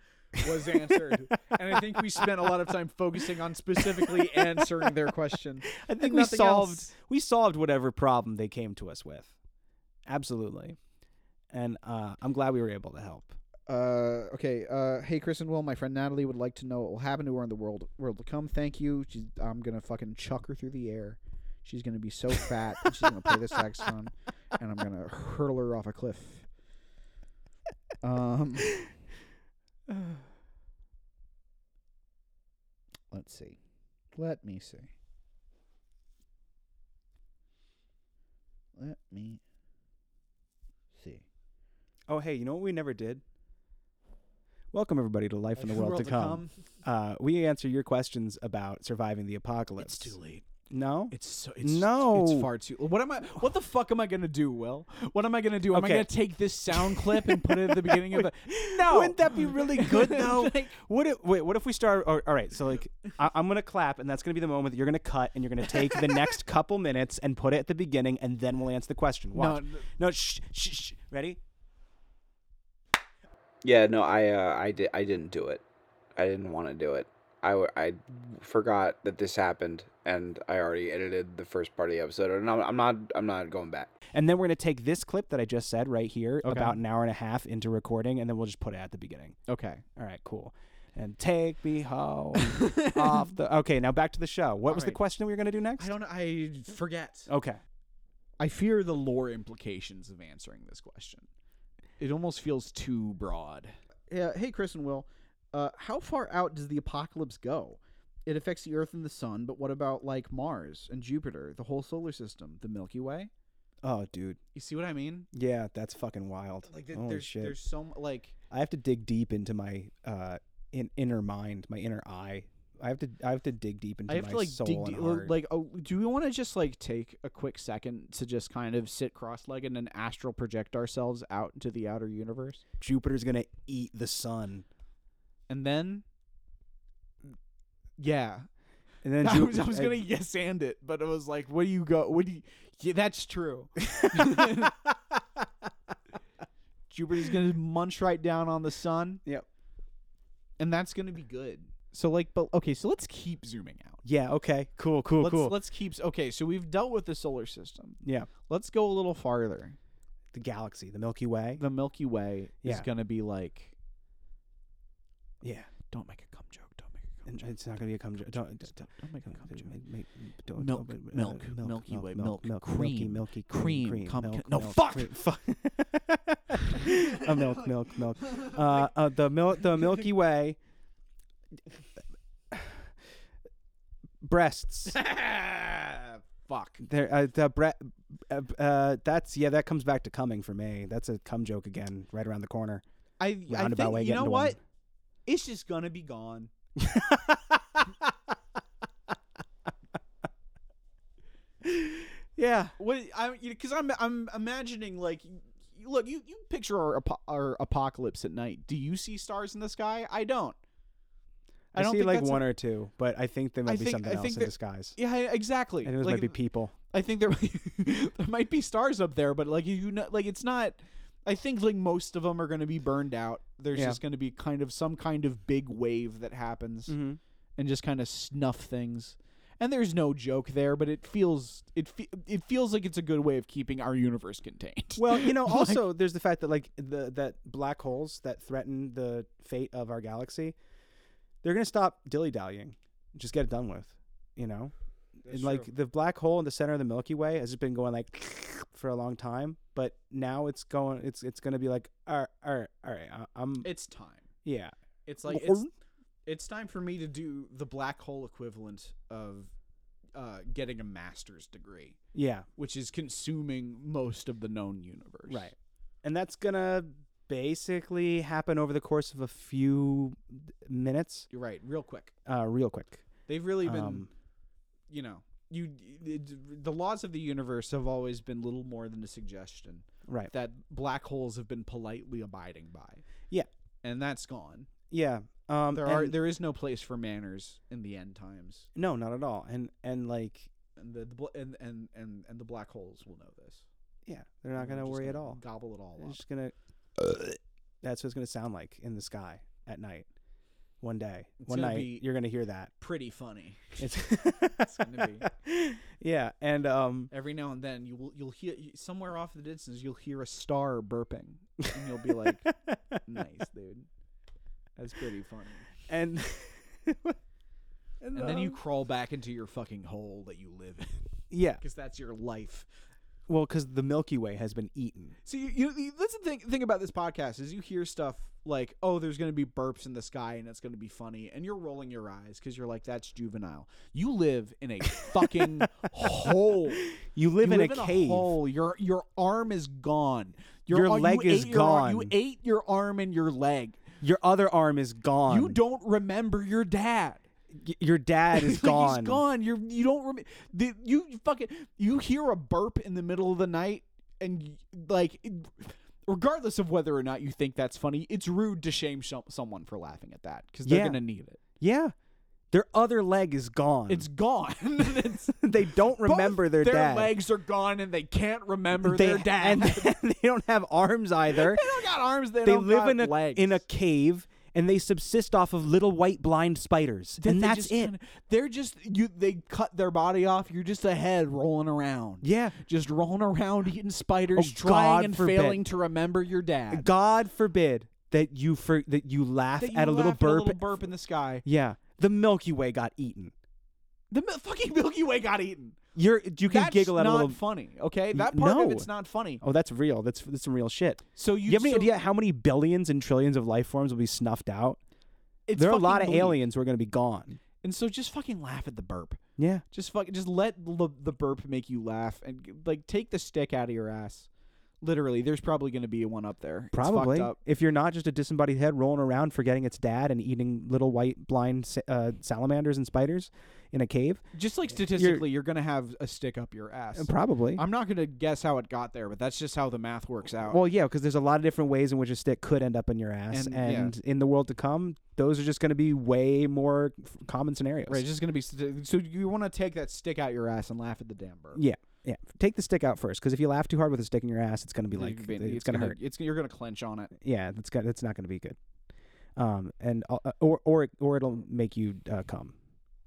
B: was answered, and I think we spent a lot of time focusing on
A: [laughs]
B: specifically answering their question.
A: I think
B: and
A: we
B: nothing
A: solved
B: else.
A: we solved whatever problem they came to us with. Absolutely. And uh, I'm glad we were able to help.
C: Uh, okay. Uh, hey, Chris and Will, my friend Natalie would like to know what will happen to her in the world world to come. Thank you. She's, I'm gonna fucking chuck her through the air. She's gonna be so fat. and she's gonna play the saxophone, and I'm gonna hurtle her off a cliff. Um, let's see. Let me see. Let me see.
A: Oh, hey, you know what we never did? Welcome everybody to Life in the World, to Come. Uh, we answer your questions about surviving the apocalypse.
B: It's too late.
A: No.
B: It's so it's
A: No.
B: It's far too. What am I? What the fuck am I gonna do, Will? What am I gonna do? Am I
A: Okay.
B: gonna take this sound clip and put it at the beginning
A: [laughs]
B: of the? No.
A: Wouldn't that be
B: [laughs]
A: really good [laughs] though?
B: Like-
A: what if, wait, what if we start? All all right, so like I, I'm gonna clap, and that's gonna be the moment that you're gonna cut, and you're gonna take the next couple minutes and put it at the beginning, and then we'll answer the question. Watch.
B: No,
A: No. Shh. Shh. shh. Ready?
D: Yeah, no, I uh, I did I didn't do it. I didn't want to do it. I, w- I forgot that this happened, and I already edited the first part of the episode, and I'm, I'm not I'm not going back.
A: And then we're gonna take this clip that I just said right here, about an hour and a half into recording, and then we'll just put it at the beginning.
B: Okay.
A: All right, cool. And take me home off the. Okay, now back to the show. What was the
B: Alright.
A: question we were gonna do next?
B: I don't. know. I forget.
A: Okay.
B: I fear the lore implications of answering this question. It almost feels too broad.
C: Yeah. Hey, Chris and Will, uh, how far out does the apocalypse go? It affects the Earth and the Sun, but what about like Mars and Jupiter, the whole solar system, the Milky Way?
A: Oh, dude.
B: You see what I mean?
A: Yeah, that's fucking wild.
C: Like, th-
A: Holy
C: there's
A: shit.
C: there's so m- like
A: I have to dig deep into my uh in, inner mind, my inner eye. I have to I have to dig deep into
B: I have
A: my
B: to like
A: soul
B: dig
A: and
B: deep.
A: heart.
B: Like, oh, do we want to just like take a quick second to just kind of sit cross-legged and astral project ourselves out into the outer universe,
A: Jupiter's gonna eat the sun,
B: and then, yeah,
A: and then
B: [laughs] I was,
A: Jupiter-
B: I was
A: uh,
B: gonna e-, yes and it, but I was like, what do you go? What do you? Yeah,
A: [laughs]
B: that's true. [laughs] Jupiter's gonna munch right down on the sun.
A: Yep.
B: and that's gonna be good. So like, but okay, so let's keep zooming out.
A: Yeah. Okay. Cool. Cool.
B: let's,
A: cool.
B: Let's keep. Okay, so we've dealt with the solar system.
A: yeah.
B: Let's go a little farther.
A: The galaxy, the Milky Way.
B: The Milky Way is
A: Yeah.
B: gonna be like.
A: Yeah.
B: Don't make a cum joke. Don't make a cum
A: And
B: joke.
A: it's not gonna be a cum joke. Don't, don't,
B: Don't, don't make a cum joke.
A: make- make- don't-
B: Milk,
A: don't-
B: milk,
A: uh,
B: Milky Way, milk,
A: milky,
B: cream,
A: milky,
B: cream,
A: cream,
B: cum-
A: milk,
B: no,
A: milk,
B: fuck!
A: cream, fuck. uh, milk, milk, milk. Uh, uh, the milk, the Milky Way. [sighs] Breasts.
B: [laughs] Fuck.
A: There, uh, the bre- uh, uh, that's yeah. That comes back to coming for me. That's a cum joke again, right around the corner.
B: I, I
A: Roundabout
B: think
A: way
B: you
A: getting
B: know
A: to
B: what?
A: one.
B: It's just gonna be gone.
A: [laughs] Yeah,
B: What I because I'm I'm imagining like you- look you you picture our apo- our apocalypse at night. Do you see stars in the sky? I don't.
A: I,
B: don't
A: see
B: think
A: like
B: that's a-
A: one or two, but I think there might
B: I
A: be
B: think-
A: something
B: I
A: else
B: think
A: in
B: that-
A: disguise.
B: yeah, exactly.
A: I think those
B: Like,
A: might be people.
B: I think there [laughs] there might be stars up there, but like you know, like it's not. I think like most of them are going to be burned out. There's
A: Yeah.
B: just going to be kind of some kind of big wave that happens
A: Mm-hmm.
B: and just kind of snuff things. And there's no joke there, but it feels it fe- it feels like it's a good way of keeping our universe contained.
A: Well, you know,
B: Like-
A: also there's the fact that like the that black holes that threaten the fate of our galaxy, they're gonna stop dilly dallying, just get it done with, you know. and like the black hole in the center of the Milky Way has been going like [laughs] for a long time, but now it's going. It's it's gonna be like all right, all right, all right. I- I'm
B: [laughs] it's time.
A: yeah.
B: It's like it's, it's time for me to do the black hole equivalent of uh, getting a master's degree.
A: Yeah,
B: which is consuming most of the known universe.
A: right. And that's gonna basically happen over the course of a few minutes,
B: You're right. Real quick.
A: uh, real quick.
B: They've really been,
A: Um,
B: you know, you it, the laws of the universe have always been little more than a suggestion
A: Right.
B: that black holes have been politely abiding by.
A: Yeah.
B: And that's gone.
A: Yeah. Um,
B: There are
A: and-
B: there is no place for manners in the end times,
A: No, not at all. And and like
B: and the, the bl- and, and and and the black holes will know this.
A: yeah, they're not
B: And they're
A: gonna
B: just
A: worry at
B: gonna
A: all.
B: Gobble it all
A: They're
B: up.
A: just gonna. That's what it's gonna sound like in the sky at night. one day,
B: It's
A: one
B: gonna
A: night,
B: be-
A: you're gonna hear
B: [laughs]
A: that.
B: Pretty funny.
A: It's,
B: gonna
A: [laughs] yeah, and um, [laughs]
B: Every now and then, you will you'll hear somewhere off in the distance you'll hear a star burping, and you'll be
A: [laughs]
B: like, "Nice, dude." That's pretty funny.
A: and [laughs]
B: And then you
A: um,
B: crawl back into your fucking hole that you live in [laughs]
A: yeah,
B: because that's your life.
A: well, because the Milky Way has been eaten.
B: So you, you, you that's the thing thing about this podcast is you hear stuff like, "Oh, there's going to be burps in the sky and it's going to be funny," and you're rolling your eyes because you're like, "That's juvenile." You live in
A: [laughs]
B: a fucking hole.
A: You live
B: you
A: in
B: live
A: a
B: in
A: cave.
B: A hole. Your your arm is gone.
A: Your
B: ar- you
A: leg is
B: ate your ar-
A: gone.
B: you ate your arm and your leg.
A: Your other arm is gone.
B: You don't remember your dad.
A: Y- your
B: [laughs]
A: dad is gone.
B: He's gone. You're you don't remember. You fucking you hear a burp in the middle of the night, and y- like, it- regardless of whether or not you think that's funny, it's rude to shame some, someone for laughing at that because they're
A: Yeah. Mm.
B: gonna need it.
A: Yeah, their other leg is gone. [laughs]
B: It's gone. It's-
A: they don't
B: both
A: remember their dad.
B: legs are gone, and they can't remember
A: they,
B: their dad.
A: and [laughs]
B: [laughs] they
A: they don't have arms either.
B: don't got arms. They,
A: they
B: don't
A: live
B: got
A: in a
B: legs.
A: in a cave and they subsist off of little white blind spiders
B: That
A: and
B: they
A: that's
B: just
A: it
B: kinda- they're just you. They cut their body off. You're just a head rolling around.
A: yeah
B: just rolling around eating spiders,
A: Oh,
B: trying
A: God
B: and
A: forbid.
B: failing to remember your dad.
A: god forbid that you for that you laugh
B: That you
A: at a little
B: laugh at
A: burp
B: burp in the sky.
A: yeah the milky way got eaten
B: The mi- fucking Milky Way got eaten.
A: you're you can
B: That's
A: giggle at
B: not
A: a little
B: funny. Okay,
A: N-
B: that part of
A: no.
B: it's not funny.
A: oh that's real that's that's some real shit
B: So
A: you,
B: you,
A: have any
B: so
A: idea how many billions and trillions of life forms will be snuffed out
B: It's
A: there are a lot
B: fucking
A: of
B: bleak.
A: aliens who are going to be gone
B: and so just fucking laugh at the burp.
A: yeah
B: Just fucking just let the, the burp make you laugh and like take the stick out of your ass. Literally, there's probably going to be one up there. It's fucked
A: Probably,
B: up.
A: if you're not just a disembodied head rolling around, forgetting its dad and eating little white blind sa- uh, salamanders and spiders in a cave,
B: Just like statistically, you're, going to have a stick up your ass.
A: Uh, probably.
B: I'm not going to guess how it got there, but that's just how the math works out.
A: well, yeah, because there's a lot of different ways in which a stick could end up in your ass,
B: And-
A: and,
B: yeah.
A: in the world to come, those are just going to be way more f- common scenarios.
B: Right, it's just gonna be st- so you want to take that stick out your ass and laugh at the damn bird.
A: Yeah, yeah. Take the stick out first, because if you laugh too hard with a stick in your ass, it's going to be
B: You're
A: like
B: gonna be-
A: it's, going to hurt.
B: It's you're gonna clench on it.
A: Yeah, that's got that's not going to be good. Um, and uh, or or or it'll make you uh, come,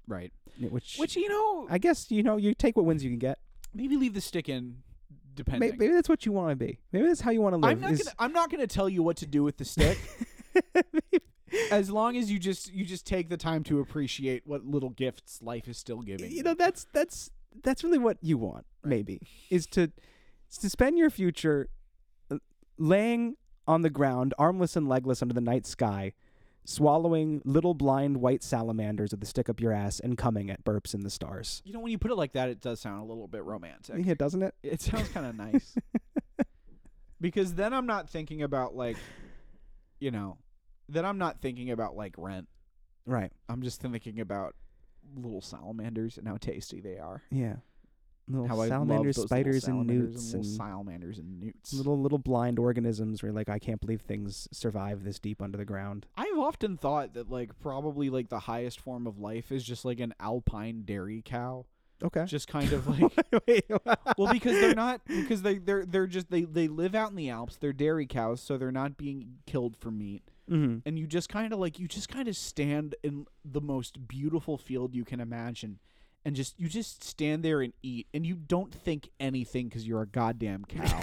B: Right.
A: which
B: Which you know,
A: I guess you know you take what wins you can get.
B: maybe leave the stick in, depending.
A: Maybe, maybe that's what you want to be. Maybe that's how you want to live.
B: I'm not
A: is-
B: gonna. I'm not gonna tell you what to do with
A: [laughs]
B: the stick. as long as you just you just take the time to appreciate what little gifts life is still giving.
A: you know that's that's that's really what you want maybe is to is to spend your future uh, laying on the ground armless and legless under the night sky swallowing little blind white salamanders with the stick up your ass and coming at burps in the stars
B: You know, when you put it like that, it does sound a little bit romantic.
A: yeah doesn't it
B: It sounds
A: [laughs]
B: kind of nice. because then I'm not thinking about like, you know, then I'm not thinking about like rent.
A: right
B: I'm just thinking about little salamanders and how tasty they are.
A: yeah little
B: how I love
A: salamanders
B: those little
A: spiders
B: salamanders
A: and newts and
B: and little salamanders and newts.
A: little little blind organisms where you're like i can't believe things survive this deep under the ground
B: I've often thought that like probably like the highest form of life is just like an alpine dairy cow,
A: okay
B: just kind
A: [laughs]
B: of like
A: Wait,
B: well because they're not because they they're they're just they they live out in the Alps. They're dairy cows, so they're not being killed for meat.
A: mm-hmm.
B: and you just kind of like you just kind of stand in the most beautiful field you can imagine and just you just stand there and eat and you don't think anything cuz you're a goddamn
A: [laughs]
B: cow.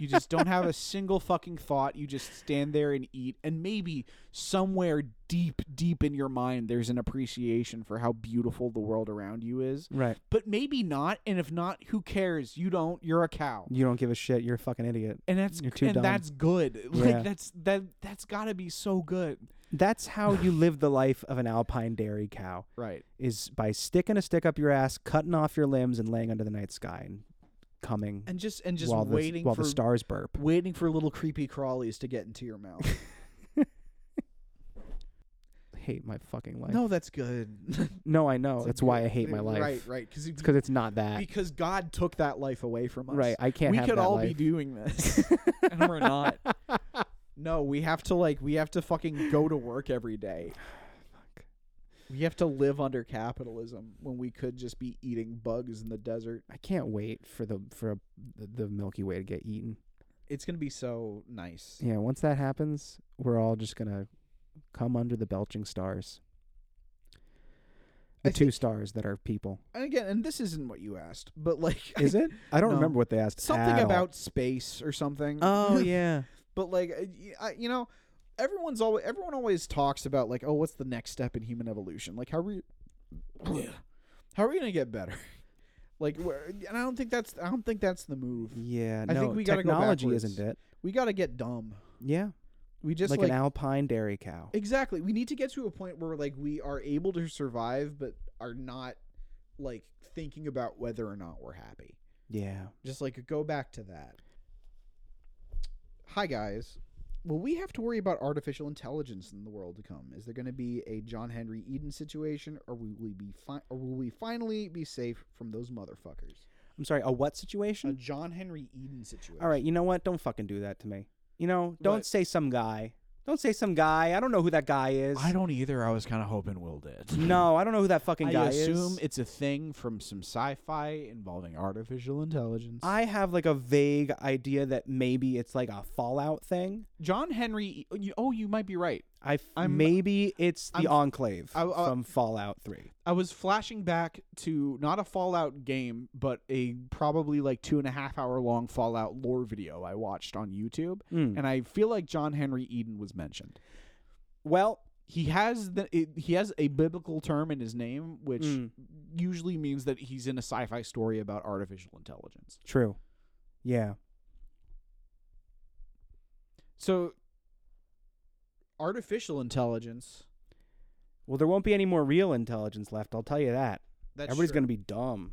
B: you just don't have a single fucking thought. You just stand there and eat and maybe somewhere deep deep in your mind there's an appreciation for how beautiful the world around you is.
A: right
B: But maybe not and if not who cares? You don't. You're a cow
A: you don't give a shit you're a fucking idiot
B: and that's
A: You're too
B: and
A: dumb.
B: that's good. [laughs] Like
A: Yeah.
B: that's that that's got to be so good.
A: That's how you live the life of an alpine dairy cow
B: Right.
A: is by sticking a stick up your ass, cutting off your limbs, and laying under the night sky and coming
B: And just and just
A: while,
B: waiting
A: the, while
B: for
A: the stars burp.
B: waiting for little creepy crawlies to get into your mouth.
A: [laughs] hate my fucking life.
B: no, that's good.
A: No, I know.
B: It's a
A: Oh, That's why I
B: good-
A: hate my life.
B: Right, right. Cuz
A: It's because it's not that.
B: because God took that life away from us.
A: Right. I can't
B: we
A: have
B: could
A: that
B: all be
A: life.
B: doing this
A: [laughs]
B: and we're not. [laughs] No, we have to like we have to fucking go to work
A: [sighs]
B: every day. We have to live under capitalism when we could just be eating bugs in the desert.
A: I can't wait for the for a, the, the Milky Way to get eaten.
B: It's going to be so nice.
A: Yeah, once that happens, we're all just gonna Come under the belching stars. The
E: I
A: two stars that are people.
E: And again, and this isn't what you asked, but like
A: Is it? I don't
E: No.
A: remember what they asked.
E: something
A: at all.
E: about space or something. [laughs]
A: Oh yeah.
E: but like uh, y- I, you know, everyone's always everyone always talks about like, oh, what's the next step in human evolution? Like, how are we, how are we gonna get better? [laughs] Like, where, and I don't think that's I don't think that's the move.
A: yeah.
E: I
A: no,
E: think we gotta go
A: technology
E: backwards.
A: isn't it?
E: We got to get dumb.
A: Yeah.
E: We just
A: like,
E: like,
A: an alpine dairy cow.
E: exactly. We need to get to a point where like we are able to survive, but are not like thinking about whether or not we're happy.
A: yeah.
E: Just like go back to that. Hi guys. Will we have to worry about artificial intelligence in the world to come? Is there going to be a John Henry Eden situation, or will we be fi- or will we finally be safe from those motherfuckers?
A: I'm sorry. A what
E: A
A: situation?
E: John Henry Eden situation.
A: all right. You know what? Don't fucking do that to me. You know. Don't
E: What?
A: say some guy. Don't say some guy. I don't know who that guy is.
B: I don't either. I was kind of hoping Will
E: [laughs]
B: did.
A: No, I don't know who that fucking
B: I
A: guy
B: assume
A: is.
B: it's a thing from some sci-fi involving artificial intelligence.
A: I have like a vague idea that maybe it's like a Fallout thing.
B: John Henry. You, oh, you might be right.
A: I f-
B: I'm- uh,
A: maybe it's the
B: I'm-
A: Enclave
B: I- uh, I-
A: from Fallout Three.
B: I was flashing back to not a Fallout game, but a probably like two and a half hour long Fallout lore video I watched on YouTube,
A: Mm.
B: and I feel like John Henry Eden was mentioned.
A: Well,
B: He has the it, he has a biblical term in his name, which
A: Mm.
B: usually means that he's in a sci-fi story about artificial intelligence.
A: true. Yeah.
B: So
E: Artificial intelligence.
A: Well, there won't be any more real intelligence left. I'll tell you that.
E: That's
A: Everybody's
E: true.
A: gonna be dumb,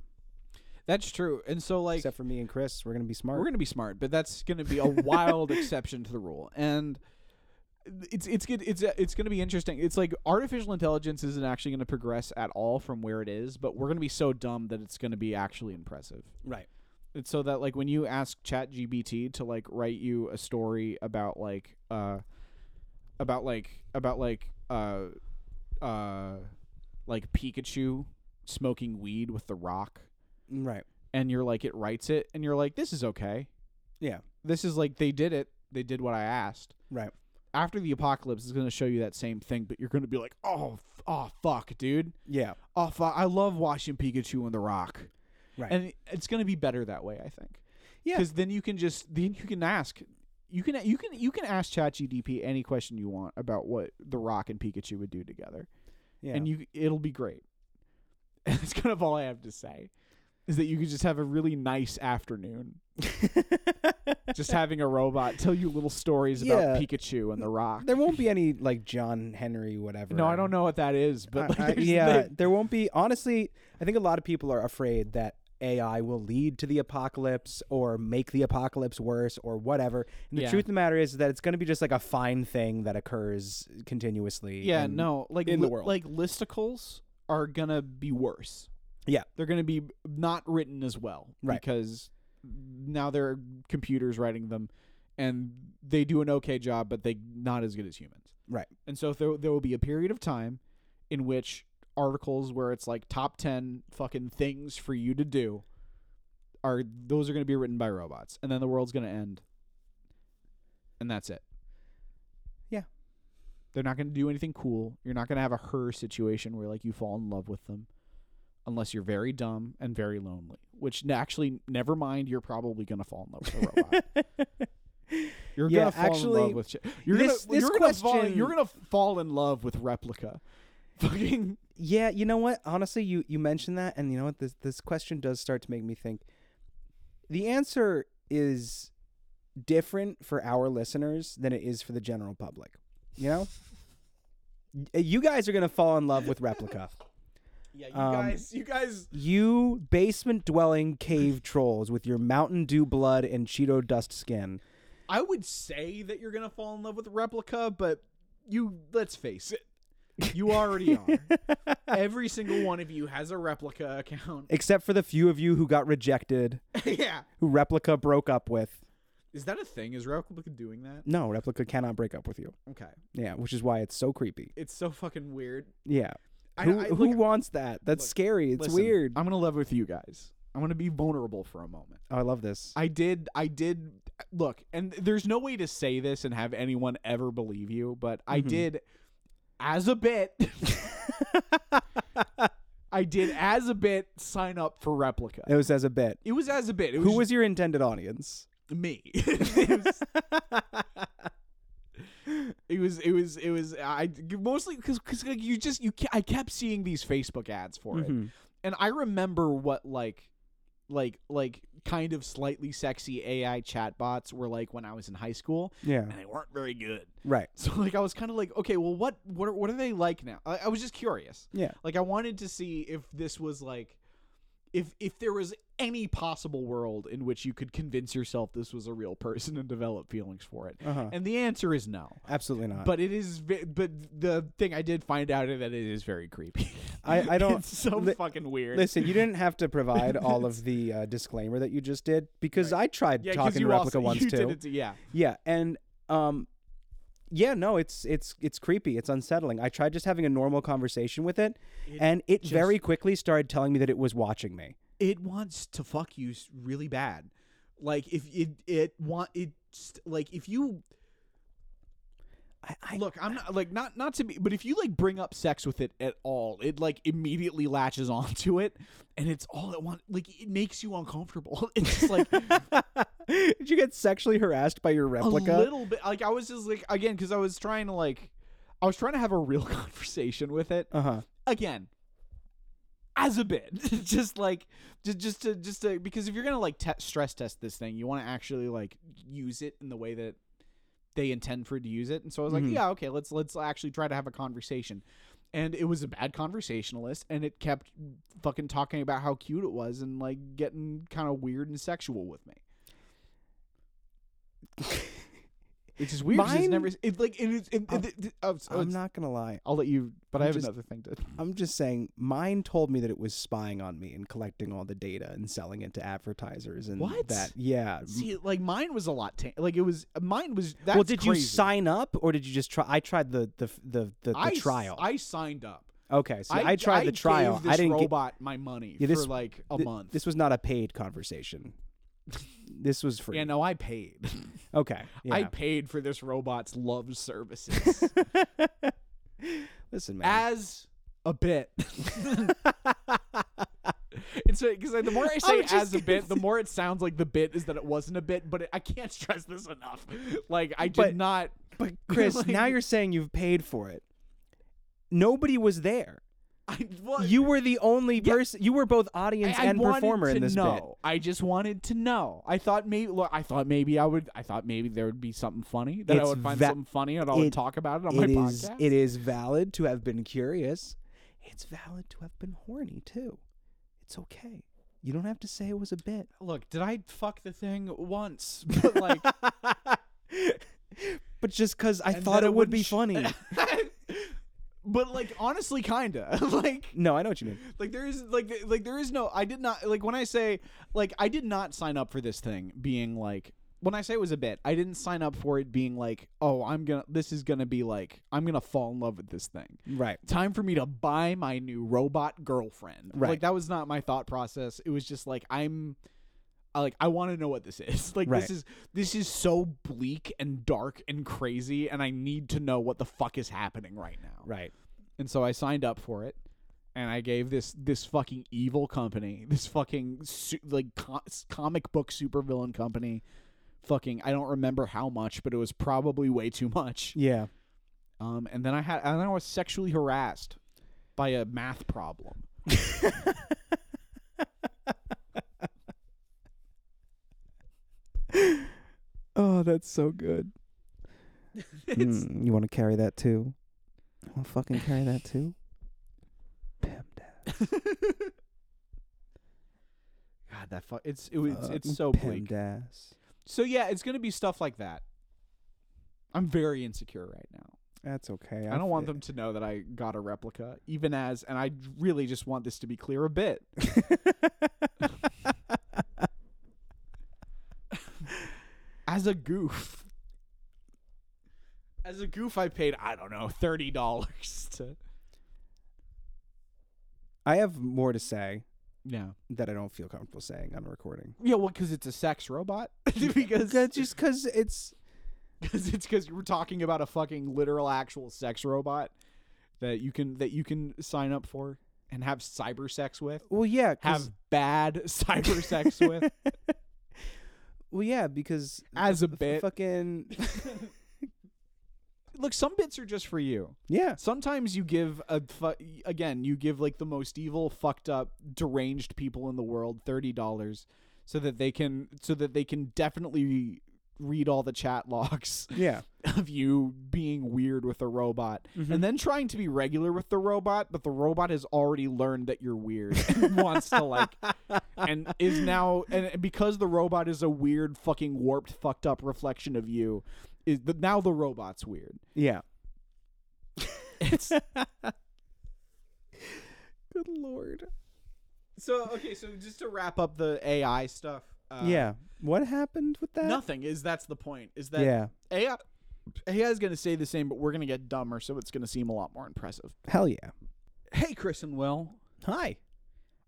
B: that's true, and so like
A: except for me and Chris. We're gonna be smart.
B: We're going to be smart, but that's going to be a wild exception to the rule. And it's it's good it's it's going to be interesting. It's like artificial intelligence isn't actually going to progress at all from where it is, but we're going to be so dumb that it's going to be actually impressive.
A: right.
B: It's so that like when you ask ChatGPT to like write you a story about like uh about like about like uh uh like Pikachu smoking weed with the rock
A: Right.
B: and you're like it writes it and you're like this is okay
A: Yeah.
B: this is like they did it they did what i asked
A: Right.
B: after the apocalypse is going to show you that same thing but you're going to be like oh f- oh fuck dude
A: Yeah.
B: oh fuck i love watching pikachu and the rock
A: Right.
B: and it's going to be better that way i think
A: Yeah.
B: because then you can just then you can ask you can you can you can ask ChatGDP any question you want about what the rock and pikachu would do together
A: Yeah.
B: and you it'll be great [laughs] and that's kind of all i have to say is that you could just have a really nice
A: [laughs]
B: afternoon just having a robot tell you little stories
A: Yeah.
B: about Pikachu and the Rock.
A: there won't be any like John Henry whatever.
B: No, I don't know what that is, [laughs] but like,
A: I- I-
B: there's-
A: yeah,
B: there-
A: there won't be. Honestly, I think a lot of people are afraid that AI will lead to the apocalypse or make the apocalypse worse or whatever. And the
B: Yeah.
A: truth of the matter is that it's going to be just like a fine thing that occurs continuously.
B: yeah,
A: and-
B: no, like
A: in the
B: li-
A: world.
B: like listicles are gonna be worse.
A: Yeah.
B: they're gonna be not written as well,
A: Right.
B: Because now there are computers writing them, and they do an okay job, but they not as good as humans,
A: Right.
B: And so there there will be a period of time in which articles where it's like top ten fucking things for you to do are those are gonna be written by robots, and then the world's gonna end, and that's it. They're not going to do anything cool. You're not going to have a her situation where like you fall in love with them unless you're very dumb and very lonely, which n- actually never mind, you're probably going to fall in love with a [laughs] robot. You're
A: Yeah,
B: gonna fall in
A: actually,
B: love with. Ch- you're
A: this-
B: gonna,
A: this
B: you're gonna fall,
A: question-
B: you're gonna fall in love with replica. [laughs] Fucking
A: [laughs] Yeah, you know what? Honestly, you you mentioned that, and you know what? This this question does start to make me think. The answer is different for our listeners than it is for the general public. You
B: [laughs]
A: know, Y- you guys are gonna fall in love with
B: [laughs]
A: replica.
B: yeah, you
A: Um,
B: guys, you guys.
A: You basement dwelling
B: [laughs]
A: cave trolls with your Mountain Dew blood and Cheeto dust skin.
B: [laughs] I would say that you're gonna fall in love with replica, but you let's face it, you [laughs] already are. Every single one of you has a replica [laughs] account.
A: Except for the few of you who got rejected,
B: yeah.
A: who Replica broke up with.
B: Is that a thing? Is Replica doing that?
A: No, Replica cannot break up with you.
B: Okay.
A: Yeah, which is why it's so creepy.
B: It's so fucking weird.
A: Yeah.
B: I-
A: who
B: I-
A: who
B: look-
A: wants that? That's
B: look,
A: scary. It's
B: Listen,
A: weird.
B: I'm gonna love with you guys. I'm gonna be vulnerable for a moment.
A: oh, I love this.
B: I did I did look, and there's no way to say this and have anyone ever believe you, but I
A: Mhm.
B: did as
A: [laughs]
B: a bit. I did as a bit sign up for replica.
A: It was as a bit.
B: It was as a bit. It was
A: Who was your intended audience?
B: me. [laughs] it, was, it was. It was. It was. I mostly because because like you just you. ke- I kept seeing these Facebook ads for it,
A: Mhm.
B: and I remember what like, like like kind of slightly sexy AI chatbots were like when I was in high school,
A: Yeah.
B: and they weren't very good. [laughs]
A: Right.
B: So like I was kind of like, okay, well, what what are, what are they like now? I, I was just curious.
A: Yeah.
B: Like I wanted to see if this was like, if if there was any possible world in which you could convince yourself this was a real person and develop feelings for it.
A: Uh huh.
B: And the answer is no.
A: Absolutely not.
B: But it is. ve- But the thing I did find out is that it is very creepy. [laughs]
A: I, I don't.
B: it's so
A: li-
B: fucking weird.
A: Listen, you didn't have to provide all
B: [laughs]
A: of the uh, disclaimer that you just did because I tried
B: yeah, 'cause
A: talking to
B: you
A: replica
B: also,
A: once
B: [laughs] you
A: too.
B: Did it, too, yeah.
A: Yeah, and um yeah, no, it's it's it's creepy. It's unsettling. I tried just having a normal conversation with it, and it very quickly started telling me that it was watching [laughs] me.
B: it wants to fuck you s- really bad. Like if it it want it st- like if you
A: I, I
B: look, I'm not like not not to be, but if you like bring up sex with it at all, it like immediately latches [laughs] onto it, and it's all it wants. Like it makes you uncomfortable. [laughs] It's just like
A: [laughs] Did you get sexually harassed by your replica?
B: a little bit. Like I was just like again because I was trying to like I was trying to have a real [laughs] conversation with it,
A: uh-huh.
B: again as a bit [laughs] just like just just to just to because if you're gonna like te- stress test this thing you want to actually like use it in the way that they intend for it to use it and so i was
A: Mhm.
B: like yeah okay let's let's actually try to have a conversation and it was a bad conversationalist and it kept fucking talking about how cute it was and like getting kind of weird and sexual
A: [laughs]
B: with me which is weird 'cause it's
A: Mine-
B: never it's like it is it,
A: I'm-
B: it, it- oh, so
A: I'm
B: it's-
A: not gonna lie.
B: i'll let you but
A: I'm
B: i have
A: just-
B: another thing to
A: I'm just saying mine told me that it was spying on me and collecting all the data and selling it to advertisers and
B: What?
A: that yeah.
B: See, like mine was a lot. T- like it was mine was. That's
A: well, did you
B: crazy.
A: sign up or did you just try? I tried the the the, the, the
B: I, s-
A: trial.
B: I signed up.
A: okay, so I, tried the trial.
B: Gave this
A: I didn't get
B: robot my money
A: Yeah, this-
B: for like a
A: Th-
B: month.
A: This was not a paid conversation. this was free.
B: yeah, no, I paid. [laughs]
A: Okay. Yeah.
B: I paid for this robot's
A: [laughs]
B: love services
A: Listen, man.
B: as a bit. [laughs] And so, because
A: [laughs]
B: the more I say
A: was just
B: as a
A: gonna
B: bit, the more it sounds like the bit is that it wasn't a bit. But it, I can't [laughs] stress this enough. Like I did
A: But-
B: not. [laughs]
A: but Chris,
B: like-
A: now you're saying you've paid for it. Nobody was there.
B: I, well,
A: You were the only
B: Yeah.
A: person. You were both audience
B: I- I
A: and
B: wanted
A: performer
B: to
A: in this
B: know.
A: bit.
B: I just wanted to know. I thought maybe look, I thought maybe I would I thought maybe there would be something funny that I
A: It's
B: would find
A: va-
B: something funny and I would
A: it-
B: talk about it on
A: It
B: my
A: is.
B: podcast.
A: It is valid to have been curious. It's valid to have been horny too. It's okay. You don't have to say it was a bit.
B: Look, did I fuck the thing
A: [laughs]
B: once? But like
A: Hmm. But just because I
B: and
A: thought
B: then
A: it would be
B: [laughs]
A: funny.
B: wouldn't sh- but like honestly kinda. [laughs] like
A: no, I know what you mean.
B: like there is like th- like there is no I did not like when I say like I did not sign up for this thing being like when I say it was a bit I didn't sign up for it being like oh I'm gonna this is gonna be like I'm gonna fall in love with this thing
A: Right.
B: time for me to buy my new robot girlfriend
A: Right.
B: like that was not my thought process it was just like I'm I, like I want to know what this is [laughs] like
A: Right.
B: this is this is so bleak and dark and crazy and I need to know what the fuck is happening right now
A: Right.
B: and so I signed up for it, and I gave this this fucking evil company, this fucking su- like co- comic book supervillain company, fucking I don't remember how much, but it was probably way too much.
A: Yeah.
B: Um, and then I had and then I was sexually harassed by a math problem.
A: Oh, that's so good.
B: [laughs]
A: Mm, you want to carry that too? You want to fucking carry that too? Pam Dad.
B: God, that fuck it's it was it's
A: Fuck
B: so
A: Pam
B: bleak.
A: Dass.
B: So yeah, it's gonna be stuff like that. I'm very insecure right now.
A: That's okay.
B: I don't want
A: fit-
B: them to know that I got a replica, even as, and I really just want this to be clear a [laughs] bit. as a goof, as a goof, I paid I don't know thirty dollars to.
A: I have more to say
B: Yeah,
A: that I don't feel comfortable saying on recording.
B: yeah, well, because it's a sex robot.
F: [laughs]
B: because
A: That's just because it's
B: because it's because we're talking about a fucking literal actual sex robot.
F: that you can that you can sign up for and have cyber sex with,
A: Well, yeah, Oh, 'cause-
F: have bad [laughs] cyber sex with.
A: Well, yeah, because
F: As a
A: f-
F: bit.
B: [laughs]
A: fucking [laughs]
F: Look, some bits are just for you.
A: yeah.
F: Sometimes you give a fu- again, you give like the most evil, fucked up, deranged people in the world thirty dollars, so that they can so that they can definitely read all the chat logs
A: Yeah.
F: [laughs] of you being weird with a robot
A: Mm-hmm.
F: and then trying to be regular with the robot but the robot has already learned that you're
A: [laughs]
F: weird and wants to like and is now and because the robot is a weird fucking warped fucked up reflection of you is the, now the robot's weird
A: Yeah. [laughs]
F: it's
A: Good lord.
F: So okay, so just to wrap up the AI stuff. Uh,
A: yeah. What happened with that?
F: Nothing is that's the point. Is that
A: yeah.
F: AI AI is going to say the same, but we're going to get dumber, so it's going to seem a lot more impressive.
A: Hell yeah.
F: Hey, Chris and Will.
A: Hi.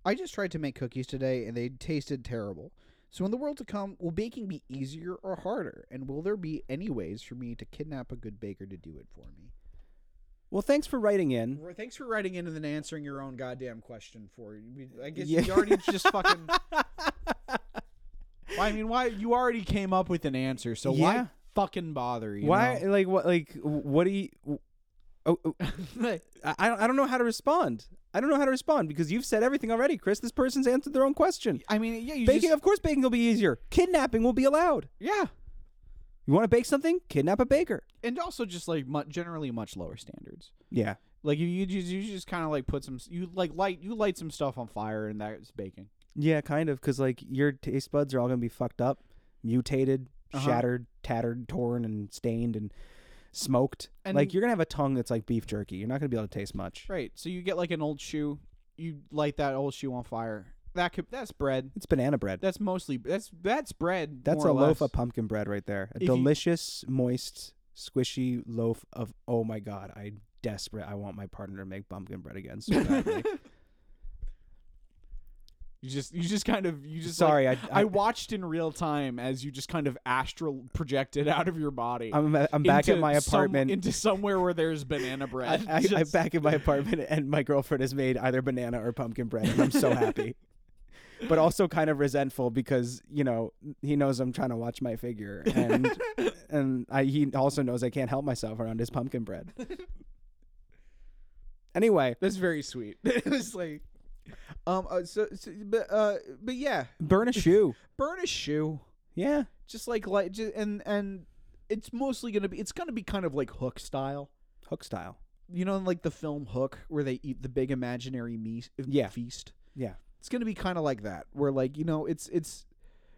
B: I just tried to make cookies today and they tasted terrible. So in the world to come, will baking be easier or harder? And will there be any ways for me to kidnap a good baker to do it for me?
A: Well, thanks for writing in.
B: Well, Thanks for writing in and then answering your own goddamn question for you. I guess
A: Yeah.
B: you already just [laughs] fucking
F: Well, I mean, why you already came up with an answer, so
A: Yeah.
F: why fucking bother? You
A: Why? Like what? Like what do you? Oh,
F: [laughs]
A: oh,
F: know?
A: I I don't- I don't know how to respond. I don't know how to respond because you've said everything already, Chris. This person's answered their own question.
F: I mean, yeah, you
A: Baking,
F: just,
A: of course, baking will be easier. Kidnapping will be allowed.
F: yeah,
A: You want to bake something? Kidnap a baker.
F: and also just like mu- generally much lower standards.
A: Yeah.
F: Like you, you just you just kind of like put some you like light you light some stuff on fire, and that's baking.
A: Yeah, kind of, because like your taste buds are all gonna be fucked up, mutated,
F: Uh-huh.
A: shattered, tattered, torn, and stained and smoked.
F: And-
A: like you're gonna have a tongue that's like beef jerky. You're not gonna be able to taste much.
F: Right. So you get like an old shoe, you light that old shoe on fire. That could that's bread.
A: It's banana bread.
F: That's mostly that's that's bread.
A: That's
F: more
A: a
F: or
A: loaf
F: less.
A: of pumpkin bread right there. A
F: If you-
A: delicious, moist, squishy loaf of oh my god, I desperate. I want my partner to make pumpkin bread again
F: [laughs]
A: so badly.
F: You just you just kind of you just like-
A: Sorry, I,
F: I,
A: I,
F: watched in real time as you just kind of astral projected out of your body.
A: I'm I'm back at
F: into
A: my
F: some-
A: apartment.
F: into somewhere where there's banana
A: I,
F: bread.
A: I, I'm
F: Just- [laughs]
A: back in my apartment, and my girlfriend has made either banana or pumpkin bread, and I'm so
F: [laughs]
A: happy, but also kind of resentful because you know he knows I'm trying to watch my figure,
F: [laughs]
A: and and I, he also knows I can't help myself around his pumpkin bread.
F: [laughs]
A: Anyway,
F: that's very sweet.
B: it's like um uh, so, so but uh but yeah,
A: burn
F: [laughs]
A: a shoe.
B: burn a shoe.
A: Yeah,
B: Just like like ju- and and it's mostly going to be it's going to be kind of like hook style.
A: hook style.
B: You know in like the film Hook where they eat the big imaginary meat
A: Yeah.
B: feast.
A: Yeah.
B: It's going to be kind of like that where like you know it's it's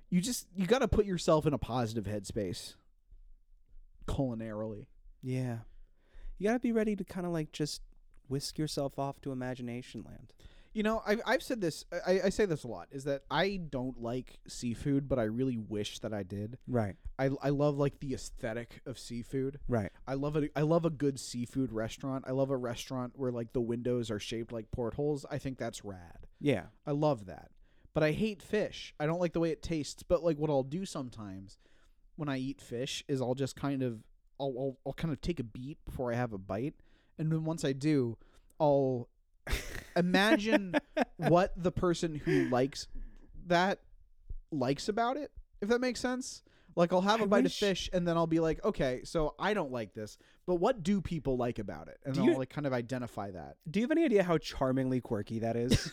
B: you just you got to put yourself in a positive headspace culinarily.
A: Yeah, you gotta be ready to kind of like just whisk yourself off to imagination land.
B: You know, I've, I've said this, I, I say this a lot, is that I don't like seafood, but I really wish that I did.
A: Right,
B: I, I love like the aesthetic of seafood.
A: right.
B: I love it. I love a good seafood restaurant. I love a restaurant where like the windows are shaped like portholes. I think that's rad.
A: Yeah,
B: I love that. But I hate fish. I don't like the way it tastes. But like what I'll do sometimes when I eat fish is I'll just kind of I'll I'll, I'll kind of take a beat before I have a bite, and then once I do, I'll [laughs]
A: [laughs]
B: imagine what the person who likes that likes about it. If that makes sense. Like I'll have a
A: I
B: bite
A: wish-
B: of fish and then I'll be like, okay, so I don't like this, but what do people like about it? And
A: Do
B: then
A: you-
B: I'll like kind of identify that.
A: Do you have any idea how charmingly quirky that [laughs] is?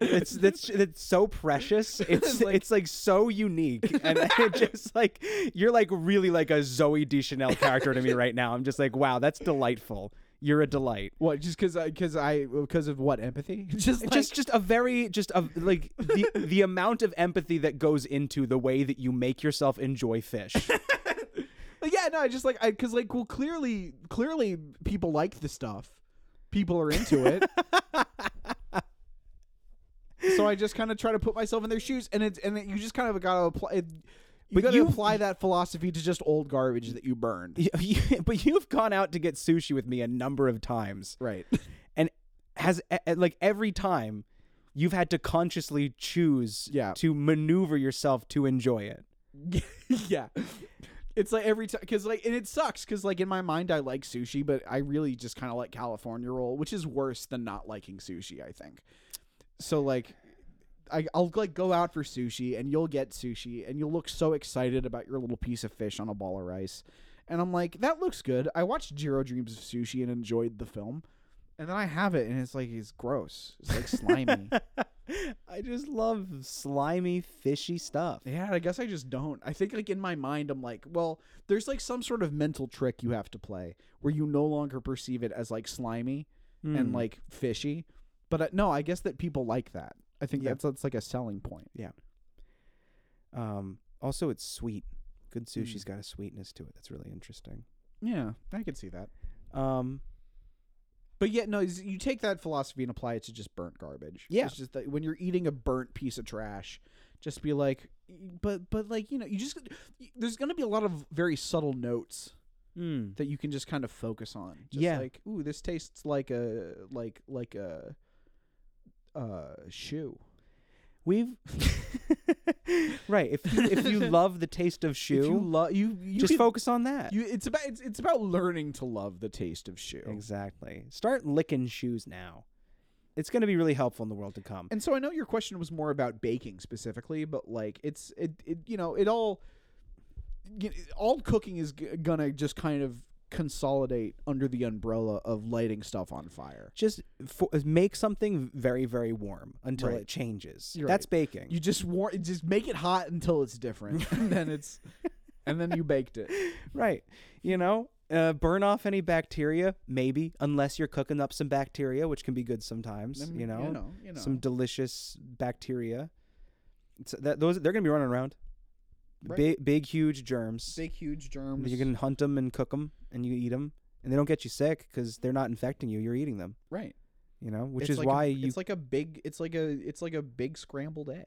A: it's that's that's so [laughs] precious. It's it's like, so unique, and [laughs] it just like you're like really like a Zoe Deschanel character to me right now. I'm just like, wow, that's delightful. You're a delight.
B: What? Just because I because I because of what empathy? [laughs] just like,
A: just just a very just a like the the amount of empathy that goes into the way that you make yourself enjoy fish.
B: Like, yeah, no, I just like I because like well, clearly, clearly, people like the stuff. People are into [laughs] it. so I just kind of try to put myself in their shoes, and it's and it, you just kind of got to apply. It, you
A: But
B: got to
A: you-
B: apply that philosophy to just old garbage that you burned.
A: You- [laughs] you- but you've gone out to get sushi with me a number of times.
B: Right.
A: and has e- e- like every time you've had to consciously choose
B: Yeah.
A: to maneuver yourself to enjoy it
B: [laughs] yeah. It's like every time, cause like, and it sucks, cause like in my mind I like sushi, but I really just kind of like California roll, which is worse than not liking sushi. I think. So like, I, I'll like go out for sushi, and you'll get sushi, and you'll look so excited about your little piece of fish on a ball of rice, and I'm like, that looks good. I watched Jiro Dreams of Sushi and enjoyed the film, and then I have it, and it's like it's gross. It's like slimy.
A: [laughs] I just love slimy, fishy stuff.
B: Yeah, I guess I just don't. I think like in my mind I'm like, well, there's like some sort of mental trick you have to play where you no longer perceive it as like slimy and
A: Hmm.
B: like fishy. But uh, no, I guess that people like that. I think
A: Yeah.
B: that's that's like a selling point.
A: um, also it's sweet. Good sushi's got a sweetness to it. That's really interesting.
B: Yeah, I could see that.
A: Um,
B: But yet, no, is- you take that philosophy and apply it to just burnt garbage.
A: Yeah.
B: it's just that when you're eating a burnt piece of trash, just be like, but but like you know, you just there's gonna be a lot of very subtle notes
A: mm.
B: that you can just kind of focus on. Just
A: Yeah.
B: like, ooh, this tastes like a like like a uh shoe.
A: [laughs] We've right. If you, if [laughs] you love the taste of
B: If you
A: shoe,
B: love you, you
A: just
B: can-
A: focus on that.
B: You, it's about it's, it's about learning to love the taste of shoe.
A: exactly. Start licking shoes now. It's going to be really helpful in the world to come.
B: And so I know your question was more about baking specifically, but like it's it, it you know it all y- all cooking is g- gonna just kind of consolidate under the umbrella of lighting stuff on fire.
A: Just for, make something very, very warm until
B: Right.
A: it changes.
B: You're
A: That's baking.
B: You just war- just make it hot until it's different, [laughs] and then it's and then you baked it.
A: Right. You know, uh, burn off any bacteria, maybe, unless you're cooking up some bacteria, which can be good sometimes.
B: Then,
A: you, know,
B: you know, you know.
A: some delicious bacteria. It's, that, those they're gonna be running around.
B: Right.
A: Big, big, huge germs.
C: Big, huge germs.
A: You can hunt them and cook them, and you eat them, and they don't get you sick because they're not infecting you. You're eating them.
B: Right.
A: You know, which
C: It's
A: is
C: like a-
A: why you.
C: It's like a big. It's like a. It's like a big scrambled egg.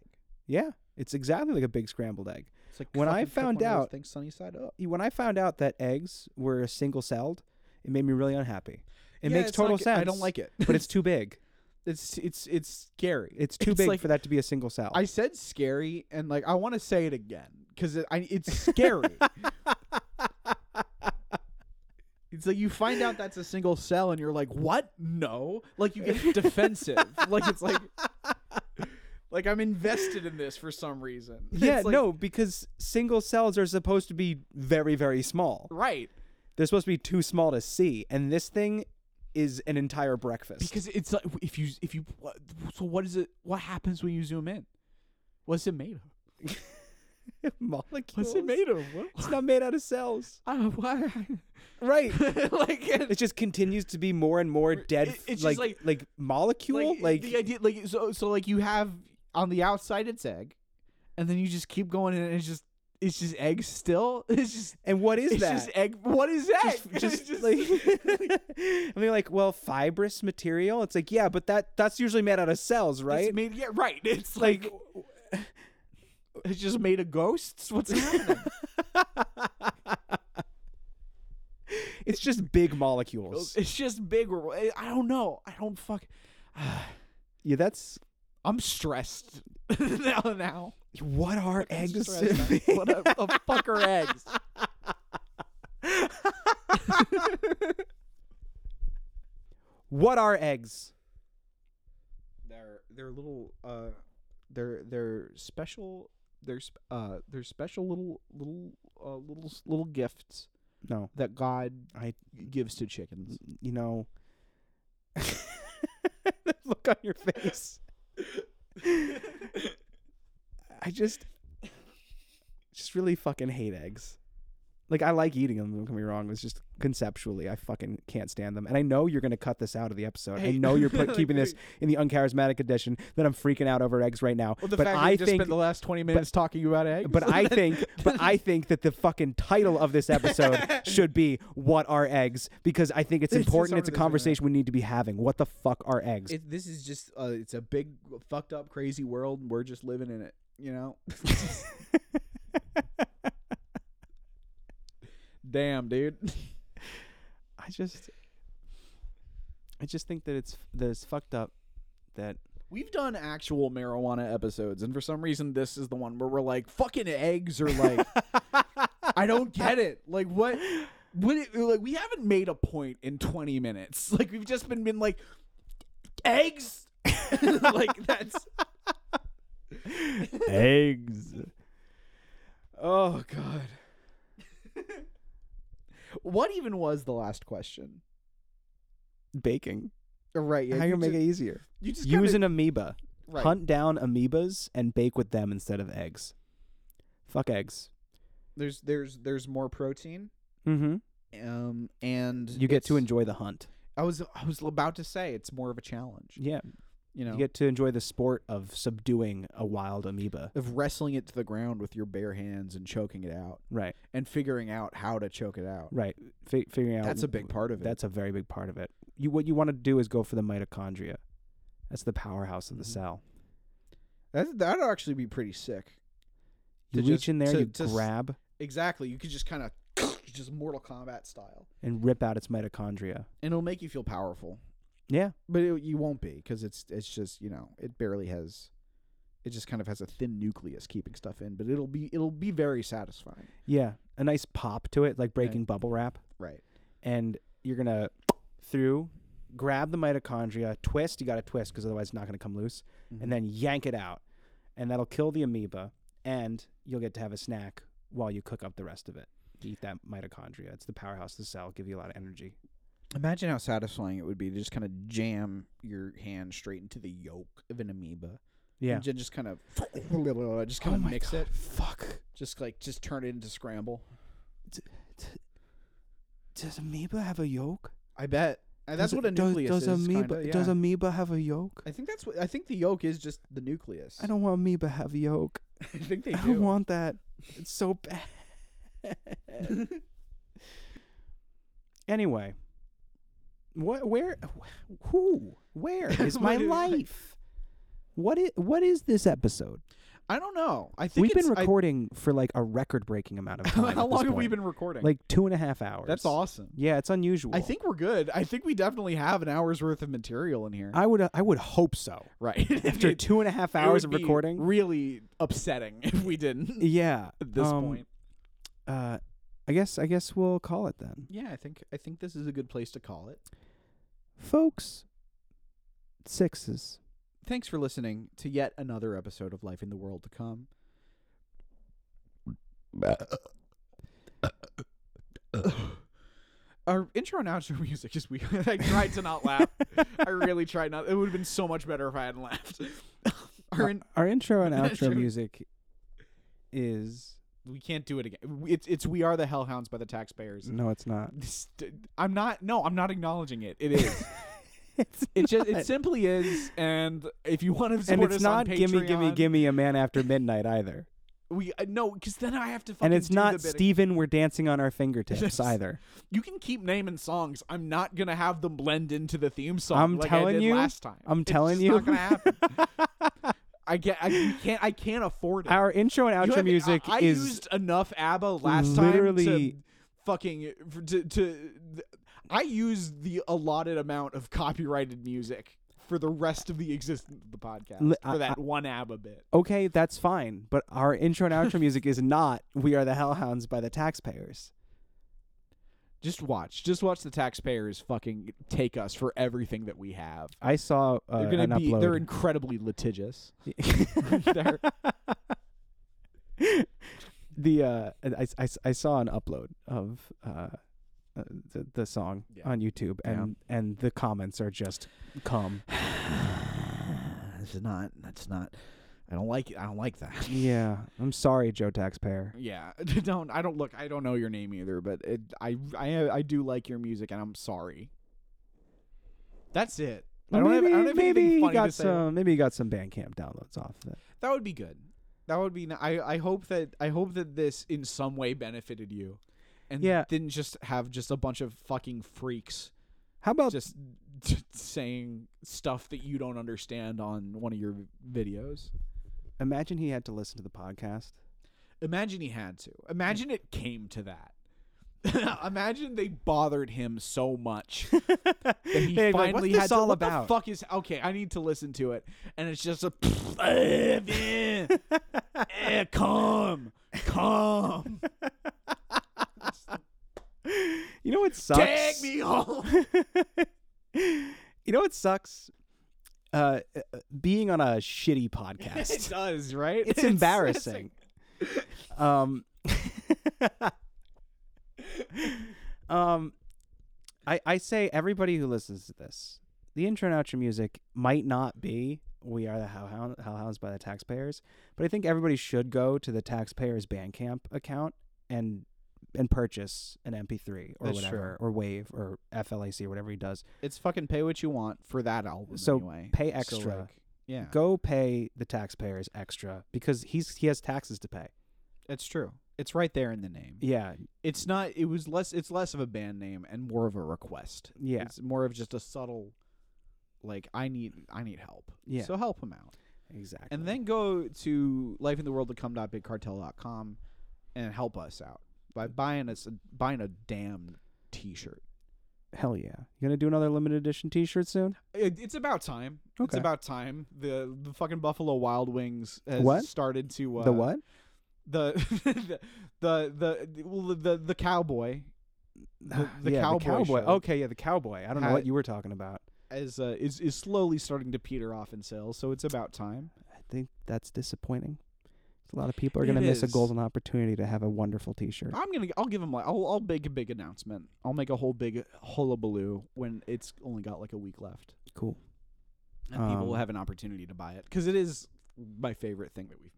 A: yeah, it's exactly like a big scrambled egg.
C: It's like
A: When I
C: fucking cook
A: found
C: one of those
A: out-
C: things sunny side up.
A: When I found out that eggs were single celled, it made me really unhappy. It
B: Yeah,
A: makes
B: it's not
A: total
B: g-
A: sense.
B: I don't like it.
A: [laughs] but it's too big.
B: It's it's it's scary.
A: It's too big
B: like-
A: for that to be a single cell.
B: [laughs]
A: [laughs]
B: I said scary, and like I want to say it again because it, I-
A: [laughs]
B: [laughs] it's scary. it's like you find out that's a single cell, and you're like, "What? No!" Like you
A: [laughs]
B: get defensive. like it's like, [laughs] like I'm invested in this for some reason. It's
A: yeah,
B: like-
A: no, because single cells are supposed to be very, very small.
B: right?
A: They're supposed to be too small to see, and this thing is an entire breakfast.
B: Because it's like if you if you what- so what is it? What happens when you zoom in? What's it made of?
A: [laughs] molecules.
B: What's it made of? What? [laughs]
A: It's not made out of cells,
B: Uh, why? [laughs]
A: right? [laughs]
B: like
A: it just continues to be more and more dead.
B: it-
A: f-
B: it's
A: like,
B: just
A: like molecule.
B: Like,
A: Like,
B: the idea, like so, so like you have on the outside it's egg, and then you just keep going and it's just it's just egg still. [laughs] It's just
A: and what is
B: it's
A: that? [laughs]
B: just [laughs] egg. What is egg?
A: just,
B: [laughs]
A: just, like, [laughs] and they're like, well, fibrous material. It's like, yeah, but that that's usually made out of cells, right?
B: It's made, yeah, right. [laughs] It's like, it's just made of ghosts. [laughs] What's happening?
A: It's just big
B: [laughs]
A: molecules.
B: it's just big. or- I don't know. I don't fuck.
A: Yeah, that's
B: I'm stressed [laughs] now. Now
A: what are eggs?
B: Stressed out.
A: [laughs]
B: what a, a fucker eggs. [laughs]
A: what are eggs?
C: They're they're little. Uh, they're they're special. They're sp- uh they're special little little uh, little s- little gifts
A: No,
C: that God
A: I-
C: gives to [laughs] chickens.
A: you know. the look on your face. I just, just really fucking hate eggs. Like I like eating them. Don't get me wrong. It's just conceptually, I fucking can't stand them. And I know you're gonna cut this out of the episode. I know
C: [laughs]
A: you're put, keeping this in the uncharismatic edition. That I'm freaking out over eggs right now. but I think
B: last twenty minutes talking about eggs. [laughs]
A: But
C: [laughs]
A: I think, but I think that the fucking title of this
C: [laughs]
A: episode should be "What Are Eggs?" because I think it's
C: It's
A: important. It's
C: just
A: a
C: over the-
A: conversation we need to be having. What the fuck are eggs?
C: It, this is just uh, it's a big fucked up crazy world. And we're just living in it. You know.
B: [laughs] Damn, dude. [laughs]
A: I just, I just think that it's that it's fucked up. That
B: We've done actual marijuana episodes, and for some reason, this is the one where we're like, fucking eggs are like. I don't get it. Like what? What? It, like we haven't made a point in 20 minutes. Like we've just been been like eggs. [laughs] like that's
A: Eggs.
B: oh god.
C: [laughs] What even was the last question?
A: Baking.
C: Oh, right. Yeah.
A: How
C: you
A: you make
C: ju-
A: it easier?
B: You just
A: Use
B: kinda-
A: an amoeba.
C: Right.
A: Hunt down amoebas and bake with them instead of eggs. Fuck eggs.
C: There's there's there's more protein.
A: Mm-hmm.
C: Um and
A: You get to
C: it's-
A: enjoy the hunt.
C: I was I was about to say it's more of a challenge.
A: Yeah.
C: You know,
A: You get to enjoy the sport of subduing a wild amoeba.
C: of wrestling it to the ground with your bare hands and choking it out
A: Right.
C: and figuring out how to choke it out.
A: Right. Fi figuring out
C: That's a big part of it.
A: That's a very big part of it. You what you want to do is go for the mitochondria. That's the powerhouse of the
C: Mhm.
A: cell.
C: That that'd actually be pretty sick.
A: You
C: To
A: reach
C: just-
A: in there,
C: to-
A: you
C: to s-
A: grab
C: Exactly. You could just kind of [laughs] just Mortal Kombat style,
A: and rip out its mitochondria.
C: and it'll make you feel powerful.
A: Yeah.
C: But it, you won't be because it's it's just you know it barely has, it just kind of has a thin nucleus keeping stuff in. But it'll be it'll be very satisfying.
A: Yeah. A nice pop to it, like breaking bubble wrap.
C: Right.
A: And you're gonna through, grab the mitochondria, twist, you gotta twist because otherwise it's not gonna come loose.
C: Mm-hmm.
A: And then yank it out. And that'll kill the amoeba and you'll get to have a snack while you cook up the rest of it. Eat that mitochondria. It's the powerhouse of the cell, give you a lot of energy.
C: Imagine how satisfying it would be to just kind of jam your hand straight into the yolk of an amoeba.
A: Yeah.
C: And then just kind of [laughs] just kind of mix it.
A: Oh Fuck.
C: Just like just turn it into scramble.
A: Does amoeba have a yolk?
C: I bet. And that's
A: Does-
C: what a
A: does-
C: nucleus
A: does
C: is.
A: Amoeba,
C: kinda,
A: Does
C: yeah.
A: amoeba have a yolk?
C: I think that's what I think the yolk is just the nucleus.
A: I don't want amoeba to have yolk.
C: [laughs] I think they
A: I don't
C: do.
A: want that. It's so [laughs] bad. anyway, what? Where? wh- Who?
C: [laughs]
A: Where is my
C: What is-
A: life? What is? What is this episode?
C: I don't know. I think
A: We've been
C: it's- [laughs] I-
A: recording for like a record-breaking amount
C: [laughs]
A: of time.
C: How
A: at this
C: long have we
A: point.
C: been recording?
A: Like two and a half hours.
C: that's awesome.
A: Yeah, it's unusual.
C: I think we're good. I think we definitely have an hour's worth of material in here.
A: I would. I would hope
C: [laughs]
A: so.
B: right
A: After
B: It-
A: two and a half
B: it
A: hours of
B: would be
A: recording.
B: Really upsetting if we
C: [laughs]
B: didn't
A: yeah.
B: at this
A: um,
B: point.
A: Uh, I guess. I guess we'll call it then.
C: yeah, I think I think this is a good place to call it.
A: folks sixes
C: Thanks for listening to yet another episode of Life in the World
A: [coughs]
C: to Come.
B: Our intro and outro music is weird.
C: [laughs]
B: I tried to not laugh. I really tried not. It would have been so much better if I hadn't
C: [laughs]
B: laughed. Our in-
A: our intro
B: [laughs]
A: and outro
B: Sure.
A: music is
B: we can't do it again. It's it's we are the Hellhounds by the taxpayers.
A: no it's not
B: [laughs] This- I'm not. No, I'm not acknowledging it. It is.
A: it's
B: [laughs] It just. [laughs]
A: not.
B: It simply is. And if you want to
A: and
B: support
A: it's
B: us
A: not
B: on
A: gimme gimme
B: Patreon,
A: gimme a man after midnight
B: [laughs]
A: either
B: We uh, no, because then I have to. Fucking
A: and it's
B: do
A: not
B: the bit-
A: steven we're dancing on our fingertips
B: [laughs] Yes.
A: either
B: You can keep naming songs. I'm not gonna have them blend into the theme song.
A: I'm
B: like I
A: telling
B: did
A: you.
B: Last time,
A: I'm
B: It's
A: telling
B: just
A: you.
B: Not gonna happen. [laughs] I get. I we can't. I can't afford it.
A: our intro and
B: You
A: outro
B: have-
A: music
B: I, I
A: is
B: used enough ABBA last time
A: literally-
B: to fucking to, to I used the allotted amount of copyrighted music for the rest of the existence of the podcast
A: Li- I-
B: for that
A: I-
B: one ABBA bit.
A: okay that's fine but our intro and outro music is not we are the hellhounds by the taxpayers
B: Just watch. Just watch the taxpayers fucking take us for everything that we have.
A: i saw uh,
B: They're gonna
A: an
B: be. They're
A: upload
B: incredibly
C: [laughs]
B: litigious. [laughs]
A: they're the uh, I, I, I saw an upload of uh, uh, the, the song
B: Yeah.
A: on YouTube, and and the comments are just
B: [laughs]
A: come.
C: this is not that's not I don't like it. I don't like that.
A: Yeah, I'm sorry, Joe Taxpayer.
B: Yeah, [laughs] don't. I don't look. I don't know your name either, but it, I, I, I do like your music, and I'm sorry. That's it. I don't have.
A: maybe
B: I don't have
A: maybe
B: anything
A: he
B: funny to
A: got
B: say.
A: some. Maybe he got some Bandcamp downloads off of it.
B: That would be good. That would be. n- I, I hope that. I hope that this in some way benefited you, and
A: Yeah.
B: didn't just have just a bunch of fucking freaks
A: How about
B: just [laughs] t- saying stuff that you don't understand on one of your videos.
A: imagine he had to listen to the podcast?
B: Imagine he had to. Imagine it came to that. [laughs] Imagine they bothered him so [laughs] much that he
A: They're like,
B: finally
A: "What's this
B: had to.
A: all
B: what the
A: about?"
B: fuck is okay? I need to listen to it, and it's just a [laughs] eh, eh, come, come.
A: sucks?
B: Take me home. [laughs]
A: you know what sucks? Uh, uh, being on a shitty
B: [laughs] it
A: podcast.
B: does, right? [laughs]
A: it's embarrassing. um, [laughs] um, I I say everybody who listens to this, the intro and outro music might not be "We Are the Hellhound- Hellhounds" by the taxpayers, but I think everybody should go to the taxpayers Bandcamp account and and purchase an MP3 or
B: That's
A: whatever, or Wave or FLAC or whatever he does.
B: It's fucking pay what you want for that album
A: So,
B: anyway.
A: Pay
B: So,
A: extra.
B: like, yeah.
A: Go pay the taxpayers extra because he's he has taxes to pay.
B: It's true. It's right there in the name.
A: Yeah,
B: It's not it was less it's less of a band name and more of a request.
A: yeah.
B: It's more of just a subtle like I need I need help.
A: Yeah.
B: So help him out.
A: Exactly.
B: And then go to lifeintheworldtocome.bigcartel.com and help us out by
A: Mm.
B: buying us a, buying a damn t-shirt.
A: hell yeah, you gonna do another limited edition T-shirt soon?
B: It, it's about time. It's
A: Okay.
B: about time. The the fucking Buffalo Wild Wings has
A: What?
B: started to uh,
A: the what?
B: the the [laughs] the the the, the,
A: [sighs]
B: the cowboy the, the
A: yeah,
B: cowboy,
A: The cowboy.
B: shirt
A: Okay, yeah, the cowboy. I don't know
B: Had-
A: what you were talking about.
B: is, uh, is is slowly starting to peter off in sales, so it's about time.
A: I think that's disappointing. A lot of people are
B: It
A: gonna miss a
B: is.
A: golden opportunity to have a wonderful T-shirt.
B: I'm gonna I'll give him like I'll I'll make a big announcement. I'll make a whole big hullabaloo when it's only got like a week left,
A: Cool.
B: and people will
A: Um,
B: have an opportunity to buy it because it is my favorite thing that we've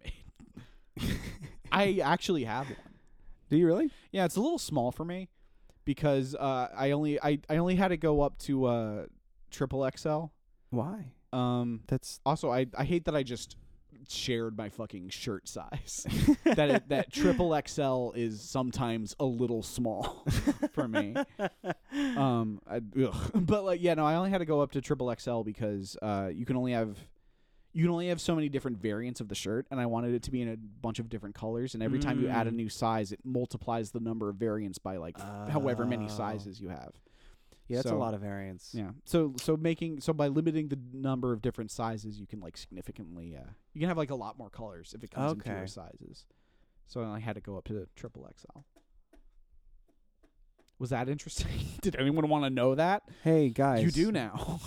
B: made. [laughs] I actually have one.
A: Do you really?
B: Yeah, it's a little small for me because uh, I only I, I only had it go up to uh, triple XL.
A: Why?
B: Um,
A: That's
B: also I, I hate that I just shared my fucking
A: [laughs]
B: shirt size. that it, that triple XL is sometimes a little small [laughs] for me. Um, I, ugh. [laughs] but like yeah, no, I only had to go up to triple XL because uh, you can only have you can only have so many different variants of the shirt, and I wanted it to be in a bunch of different colors. And every time you add a
A: Mm.
B: new size, it multiplies the number of variants by like f- however many
A: Oh.
B: sizes you have.
A: yeah, that's a
B: so-
A: lot of variance.
B: Yeah. So so making so by limiting the number of different sizes, you can like significantly uh you can have like a lot more colors if it comes in fewer
A: Okay.
B: sizes. So I had to go up to triple XL. Was that interesting? [laughs] Did anyone want to know that?
A: Hey guys,
B: You do now.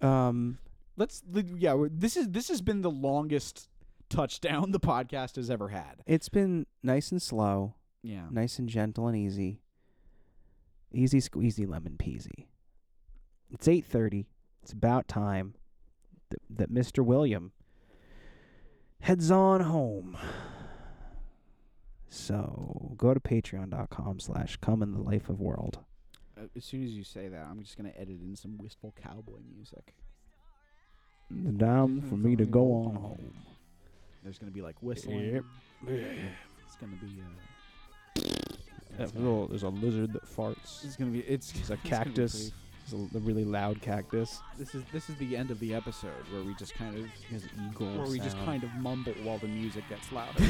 B: [laughs]
A: Um,
B: Let's li- yeah. we're- This is this has been the longest touchdown [laughs] the podcast has ever had.
A: it's been nice and slow,
B: Yeah.
G: Oh.
A: nice and gentle and easy. Easy squeezy lemon peasy. It's eight thirty. It's about time that, that Mister William heads on home. So go to patreon.com slash come in the life of world.
B: uh, As soon as you say that, I'm just gonna edit in some wistful cowboy music.
A: Time um, for me to go on home.
B: There's gonna be like whistling. It's gonna be. Uh,
G: Oh, There's a lizard that farts.
B: It's gonna be. It's, [laughs] it's
G: a
B: gonna be pretty-
G: cactus.
A: It's a, a really loud cactus.
B: This is this is the end of the episode where we just kind of
G: His eagle.
B: where we just
G: sound.
A: [laughs]
B: kind of mumble while the music gets louder.